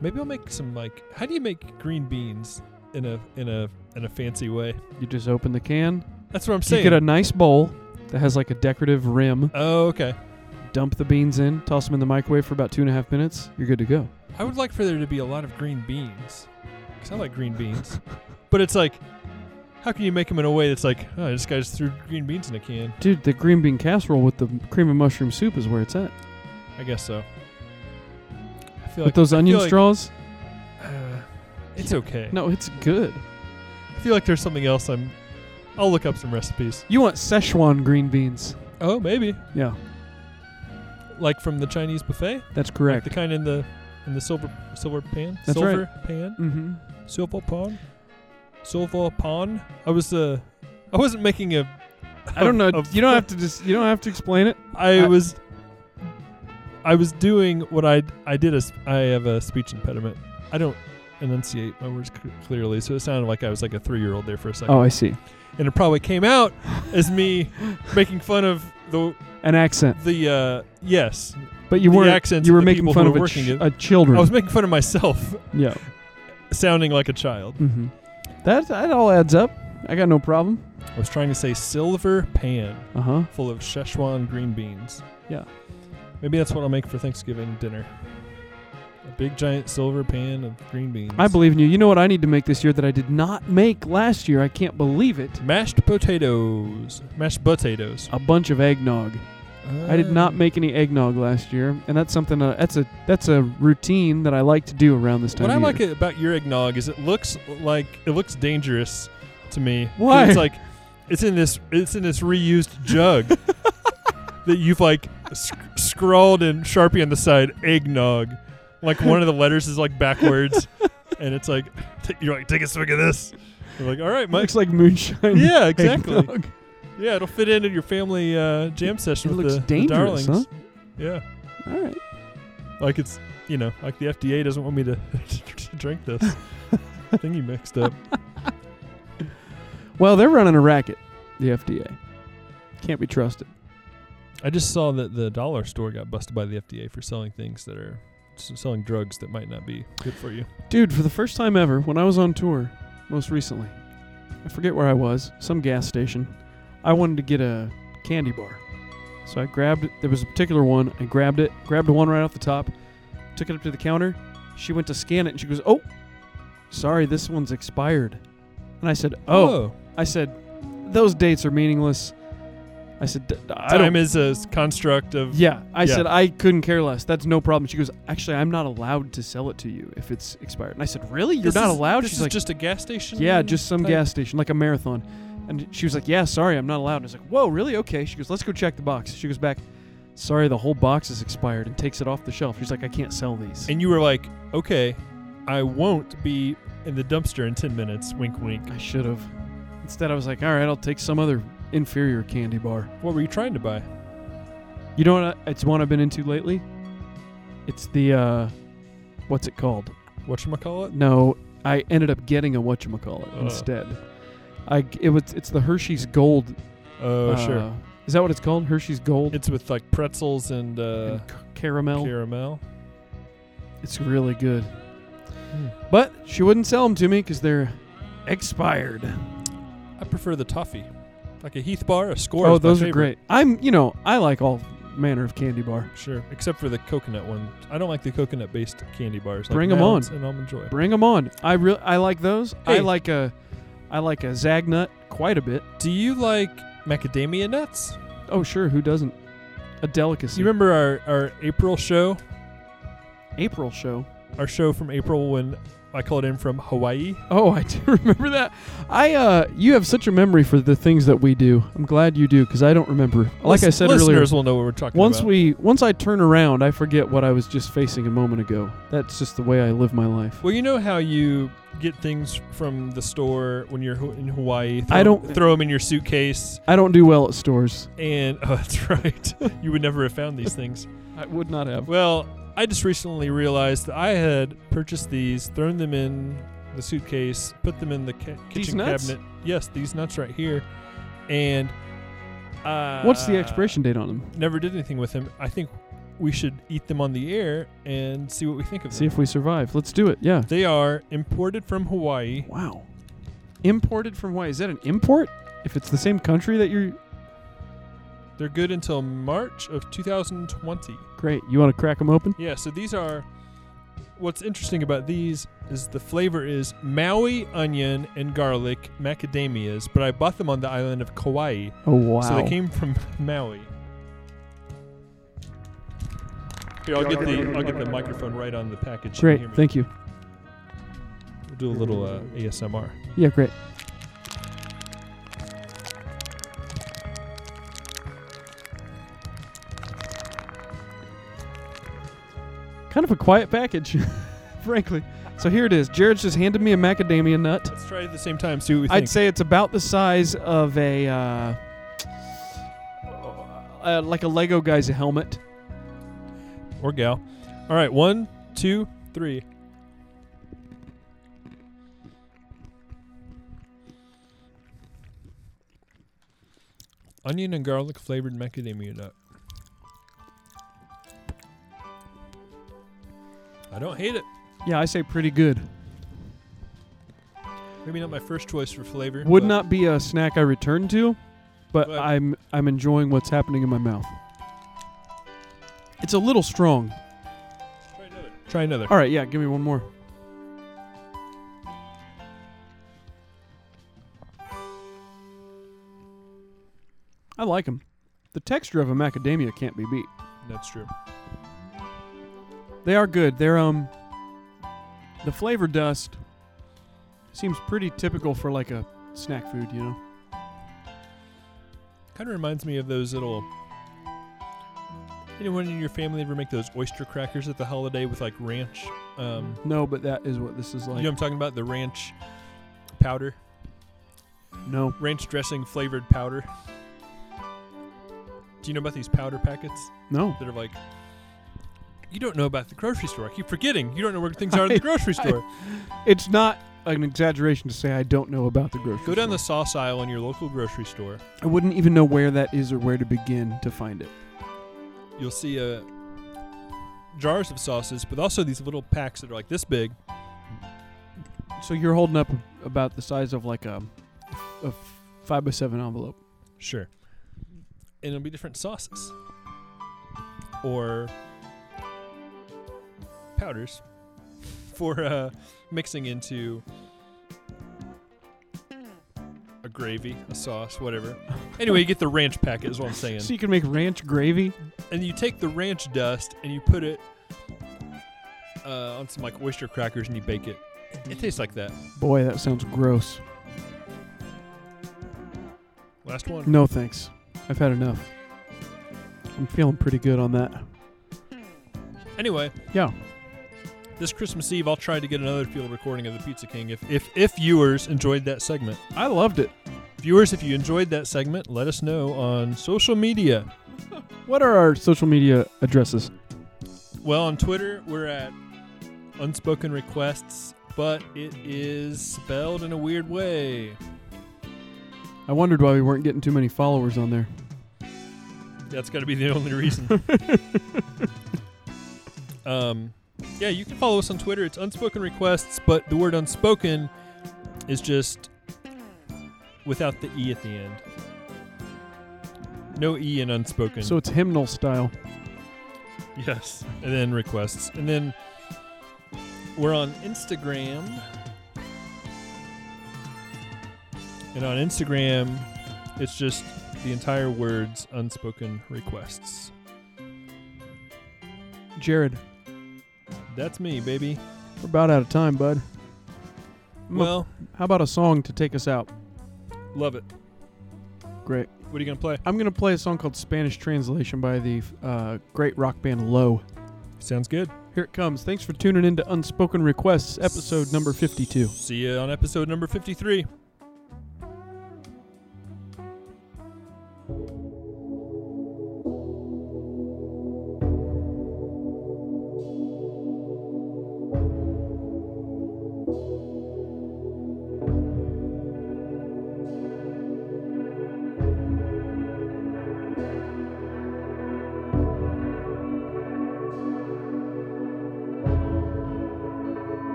[SPEAKER 2] Maybe I'll make some like. How do you make green beans in a in a in a fancy way?
[SPEAKER 1] You just open the can.
[SPEAKER 2] That's what I'm
[SPEAKER 1] You
[SPEAKER 2] saying.
[SPEAKER 1] get a nice bowl that has like a decorative rim.
[SPEAKER 2] oh, okay.
[SPEAKER 1] Dump the beans in. Toss them in the microwave for about two and a half minutes. You're good to go.
[SPEAKER 2] I would like for there to be a lot of green beans. 'Cause I like green beans. but it's like, how can you make them in a way that's like, oh, this guy just threw green beans in a can?
[SPEAKER 1] Dude, the green bean casserole with the cream and mushroom soup is where it's at.
[SPEAKER 2] I guess so. I feel
[SPEAKER 1] with those
[SPEAKER 2] I feel
[SPEAKER 1] onion
[SPEAKER 2] like,
[SPEAKER 1] straws?
[SPEAKER 2] uh, it's okay.
[SPEAKER 1] No, it's good.
[SPEAKER 2] I feel like there's something else. I'm. I'll look up some recipes.
[SPEAKER 1] You want Szechuan green beans.
[SPEAKER 2] Oh, maybe
[SPEAKER 1] Yeah,
[SPEAKER 2] like from the Chinese buffet,
[SPEAKER 1] that's
[SPEAKER 2] like
[SPEAKER 1] correct.
[SPEAKER 2] the kind in the in the silver silver pan,
[SPEAKER 1] That's
[SPEAKER 2] silver pan,
[SPEAKER 1] mm-hmm.
[SPEAKER 2] silver pan, silver pan. I was uh, I wasn't making a.
[SPEAKER 1] I don't know.
[SPEAKER 2] a-
[SPEAKER 1] you don't have to just. You don't have to explain it.
[SPEAKER 2] I
[SPEAKER 1] I-
[SPEAKER 2] was I was doing what I I did as I have a speech impediment. I don't enunciate my words c- clearly, so it sounded like I was like a three year old there for a second,
[SPEAKER 1] Oh, I see.
[SPEAKER 2] and it probably came out as me making fun of the
[SPEAKER 1] An accent,
[SPEAKER 2] the uh, yes.
[SPEAKER 1] but you
[SPEAKER 2] The
[SPEAKER 1] weren't.
[SPEAKER 2] accents
[SPEAKER 1] you
[SPEAKER 2] of
[SPEAKER 1] were
[SPEAKER 2] the
[SPEAKER 1] making
[SPEAKER 2] people
[SPEAKER 1] fun
[SPEAKER 2] who
[SPEAKER 1] of
[SPEAKER 2] are
[SPEAKER 1] a,
[SPEAKER 2] working
[SPEAKER 1] ch-
[SPEAKER 2] it.
[SPEAKER 1] a children.
[SPEAKER 2] I was making fun of myself,
[SPEAKER 1] yeah.
[SPEAKER 2] sounding like a child.
[SPEAKER 1] Mm-hmm. That that all adds up. I got no problem.
[SPEAKER 2] I was trying to say silver pan
[SPEAKER 1] Uh huh.
[SPEAKER 2] full of Szechuan green beans.
[SPEAKER 1] Yeah.
[SPEAKER 2] Maybe that's what I'll make for Thanksgiving dinner. A big giant silver pan of green beans.
[SPEAKER 1] I believe in you. You know what I need to make this year that I did not make last year. I can't believe it.
[SPEAKER 2] Mashed potatoes. Mashed potatoes.
[SPEAKER 1] A bunch of eggnog. I did not make any eggnog last year, and that's something that, that's a that's a routine that I like to do around this time.
[SPEAKER 2] What I
[SPEAKER 1] of
[SPEAKER 2] like
[SPEAKER 1] year.
[SPEAKER 2] about your eggnog is it looks like it looks dangerous to me.
[SPEAKER 1] Why?
[SPEAKER 2] It's like it's in this it's in this reused jug that you've like sc- scrawled in Sharpie on the side eggnog. Like one of the letters is like backwards, and it's like t- you're like take a swig of this. You're like all right, Mike.
[SPEAKER 1] looks like moonshine.
[SPEAKER 2] Yeah, exactly.
[SPEAKER 1] eggnog.
[SPEAKER 2] Yeah, it'll fit into your family uh, jam session
[SPEAKER 1] It
[SPEAKER 2] with
[SPEAKER 1] looks
[SPEAKER 2] the, the
[SPEAKER 1] dangerous,
[SPEAKER 2] darlings. Yeah.
[SPEAKER 1] All right.
[SPEAKER 2] Like it's you know, like the FDA doesn't want me to drink this thing you mixed up.
[SPEAKER 1] Well, they're running a racket. The FDA can't be trusted.
[SPEAKER 2] I just saw that the dollar store got busted by the FDA for selling things that are s- selling drugs that might not be good for you.
[SPEAKER 1] Dude, for the first time ever, when I was on tour, most recently, I forget where I was, some gas station, I wanted to get a candy bar. So I grabbed, there was a particular one, I grabbed it, grabbed one right off the top, took it up to the counter. She went to scan it and she goes, Oh, sorry, this one's expired. And I said, Oh, I said, Those dates are meaningless. I said, "D- I don't
[SPEAKER 2] time is a s- construct of
[SPEAKER 1] Yeah, I
[SPEAKER 2] Yeah.
[SPEAKER 1] said I couldn't care less. That's no problem. She goes, actually, I'm not allowed to sell it to you if it's expired. And I said, really? You're
[SPEAKER 2] This
[SPEAKER 1] not
[SPEAKER 2] is-
[SPEAKER 1] allowed?
[SPEAKER 2] This
[SPEAKER 1] She's
[SPEAKER 2] is
[SPEAKER 1] like,
[SPEAKER 2] just a gas station.
[SPEAKER 1] yeah, just some
[SPEAKER 2] type?
[SPEAKER 1] gas station, like a marathon. And she was like, yeah, sorry, I'm not allowed. And I was like, whoa, really? Okay. She goes, let's go check the box. She goes back, sorry, the whole box is expired, and takes it off the shelf. She's like, I can't sell these.
[SPEAKER 2] And you were like, okay, I won't be in the dumpster in ten minutes. Wink, wink.
[SPEAKER 1] I should have. Instead, I was like, all right, I'll take some other inferior candy bar.
[SPEAKER 2] What were you trying to buy?
[SPEAKER 1] You know what? I, it's one I've been into lately. It's the, uh, what's it called?
[SPEAKER 2] What call it?
[SPEAKER 1] No, I ended up getting a whatchamacallit
[SPEAKER 2] Uh.
[SPEAKER 1] instead. I it was it's the Hershey's Gold.
[SPEAKER 2] Oh,
[SPEAKER 1] uh,
[SPEAKER 2] sure.
[SPEAKER 1] Is that what it's called? Hershey's Gold
[SPEAKER 2] It's with like pretzels and, uh,
[SPEAKER 1] and c- caramel.
[SPEAKER 2] caramel.
[SPEAKER 1] it's really good.
[SPEAKER 2] Hmm.
[SPEAKER 1] But she wouldn't sell them to me because they're expired.
[SPEAKER 2] I prefer the toffee, like a Heath bar, a score.
[SPEAKER 1] Oh,
[SPEAKER 2] is my
[SPEAKER 1] those are
[SPEAKER 2] favorite.
[SPEAKER 1] great. I'm you know I like all manner of candy bar.
[SPEAKER 2] Sure, except for the coconut one. I don't like the coconut based candy bars. Like
[SPEAKER 1] Bring 'em
[SPEAKER 2] Mounds
[SPEAKER 1] on.
[SPEAKER 2] and almond joy.
[SPEAKER 1] Bring them on. I real I like those. I
[SPEAKER 2] Hey.
[SPEAKER 1] like a I like a Zagnut quite a bit.
[SPEAKER 2] Do you like macadamia nuts?
[SPEAKER 1] Oh sure, who doesn't? A delicacy.
[SPEAKER 2] You remember our, our April show,
[SPEAKER 1] April show?
[SPEAKER 2] our show from April when I called in from Hawaii.
[SPEAKER 1] Oh, I do remember that. I uh, you have such a memory for the things that we do. I'm glad you do because I don't remember. Like I
[SPEAKER 2] Lis-
[SPEAKER 1] said earlier,
[SPEAKER 2] listeners will know what we're talking
[SPEAKER 1] once
[SPEAKER 2] about.
[SPEAKER 1] we once I turn around, I forget what I was just facing a moment ago. That's just the way I live my life.
[SPEAKER 2] well, you know how you get things from the store when you're hu- in Hawaii. Throw,
[SPEAKER 1] I don't-
[SPEAKER 2] throw them in your suitcase,
[SPEAKER 1] I don't do well at stores.
[SPEAKER 2] and oh, that's right. you would never have found these things.
[SPEAKER 1] I would not have.
[SPEAKER 2] Well, I just recently realized that I had purchased these, thrown them in the suitcase, put them in the ca- kitchen
[SPEAKER 1] These nuts?
[SPEAKER 2] cabinet. Yes, these nuts right here. And uh,
[SPEAKER 1] What's the expiration date on them?
[SPEAKER 2] Never did anything with them. I think we should eat them on the air and see what we think of
[SPEAKER 1] See
[SPEAKER 2] them.
[SPEAKER 1] if we survive. Let's do it. Yeah.
[SPEAKER 2] They are imported from Hawaii.
[SPEAKER 1] Wow. Imported from Hawaii. Is that an import? If it's the same country that you're.
[SPEAKER 2] They're good until March of 2020.
[SPEAKER 1] Great. You want to crack them open?
[SPEAKER 2] Yeah, so these are. What's interesting about these is the flavor is Maui onion and garlic macadamias, but I bought them on the island of Kauai,
[SPEAKER 1] Oh, wow.
[SPEAKER 2] so they came from Maui. Here, I'll get the I'll get the microphone right on the package. so you
[SPEAKER 1] Great.
[SPEAKER 2] can hear me.
[SPEAKER 1] Thank you.
[SPEAKER 2] We'll do a little uh, ASMR.
[SPEAKER 1] Yeah, great. Kind of a quiet package, frankly. So here it is. Jared's just handed me a macadamia nut.
[SPEAKER 2] Let's try it at the same time. See what we think.
[SPEAKER 1] I'd say it's about the size of a uh, uh, like a Lego guy's helmet.
[SPEAKER 2] or gal. All right, one, two, three. Onion and garlic flavored macadamia nut. I don't hate it.
[SPEAKER 1] Yeah, I say pretty good.
[SPEAKER 2] Maybe not my first choice for flavor.
[SPEAKER 1] Would
[SPEAKER 2] but
[SPEAKER 1] not be a snack I return to, but
[SPEAKER 2] But-
[SPEAKER 1] I'm I'm enjoying what's happening in my mouth. It's a little strong.
[SPEAKER 2] Try another. Try another.
[SPEAKER 1] All right, yeah, give me one more. I like them. The texture of a macadamia can't be beat.
[SPEAKER 2] That's true.
[SPEAKER 1] They are good. They're um the flavor dust seems pretty typical for like a snack food, you know.
[SPEAKER 2] Kind of reminds me of those little. Anyone in your family ever make those oyster crackers at the holiday with like ranch? Um,
[SPEAKER 1] No, but that is what this is like.
[SPEAKER 2] you know what I'm talking about? The ranch powder,
[SPEAKER 1] No.
[SPEAKER 2] ranch dressing flavored powder. Do you know about these powder packets
[SPEAKER 1] No.
[SPEAKER 2] that are like. You don't know about the grocery store. I keep forgetting. You don't know where things are at
[SPEAKER 1] I-
[SPEAKER 2] the grocery
[SPEAKER 1] I-
[SPEAKER 2] store.
[SPEAKER 1] It's not an exaggeration to say I don't know about the grocery.
[SPEAKER 2] Go down the
[SPEAKER 1] store.
[SPEAKER 2] sauce aisle in your local grocery store.
[SPEAKER 1] I wouldn't even know where that is or where to begin to find it.
[SPEAKER 2] You'll see uh, jars of sauces, but also these little packs that are like this big.
[SPEAKER 1] So you're holding up about the size of like a a f- five by seven envelope.
[SPEAKER 2] Sure. And it'll be different sauces or powders for uh, mixing into a gravy, a sauce, whatever. Anyway, you get the ranch packet, is what I'm saying.
[SPEAKER 1] So you can make ranch gravy.
[SPEAKER 2] And you take the ranch dust and you put it uh, on some like oyster crackers and you bake it. It tastes like that.
[SPEAKER 1] Boy, that sounds gross.
[SPEAKER 2] Last one.
[SPEAKER 1] No thanks. I've had enough. I'm feeling pretty good on that.
[SPEAKER 2] Anyway,
[SPEAKER 1] Yeah.
[SPEAKER 2] this Christmas Eve, I'll try to get another field recording of the Pizza King. If if if viewers enjoyed that segment,
[SPEAKER 1] I loved it.
[SPEAKER 2] viewers, if you enjoyed that segment, let us know on social media.
[SPEAKER 1] What are our social media addresses?
[SPEAKER 2] Well, on Twitter, we're at Unspoken Requests, but it is spelled in a weird way.
[SPEAKER 1] I wondered why we weren't getting too many followers on there.
[SPEAKER 2] That's got to be the only reason. um, yeah, you can follow us on Twitter. It's Unspoken Requests, but the word unspoken is just without the E at the end. No E in unspoken.
[SPEAKER 1] So it's hymnal style.
[SPEAKER 2] yes. And then requests. And then we're on Instagram. And on Instagram, it's just the entire words unspoken requests.
[SPEAKER 1] Jared,
[SPEAKER 2] That's me, baby.
[SPEAKER 1] we're about out of time, bud. Mm.
[SPEAKER 2] Well,
[SPEAKER 1] How about a song to take us out?
[SPEAKER 2] love it.
[SPEAKER 1] Great.
[SPEAKER 2] What are you gonna play?
[SPEAKER 1] I'm going to play a song called Spanish Translation by the uh, great rock band Low.
[SPEAKER 2] Sounds good.
[SPEAKER 1] Here it comes. Thanks for tuning in to Unspoken Requests, episode number 52.
[SPEAKER 2] See you on episode number 53.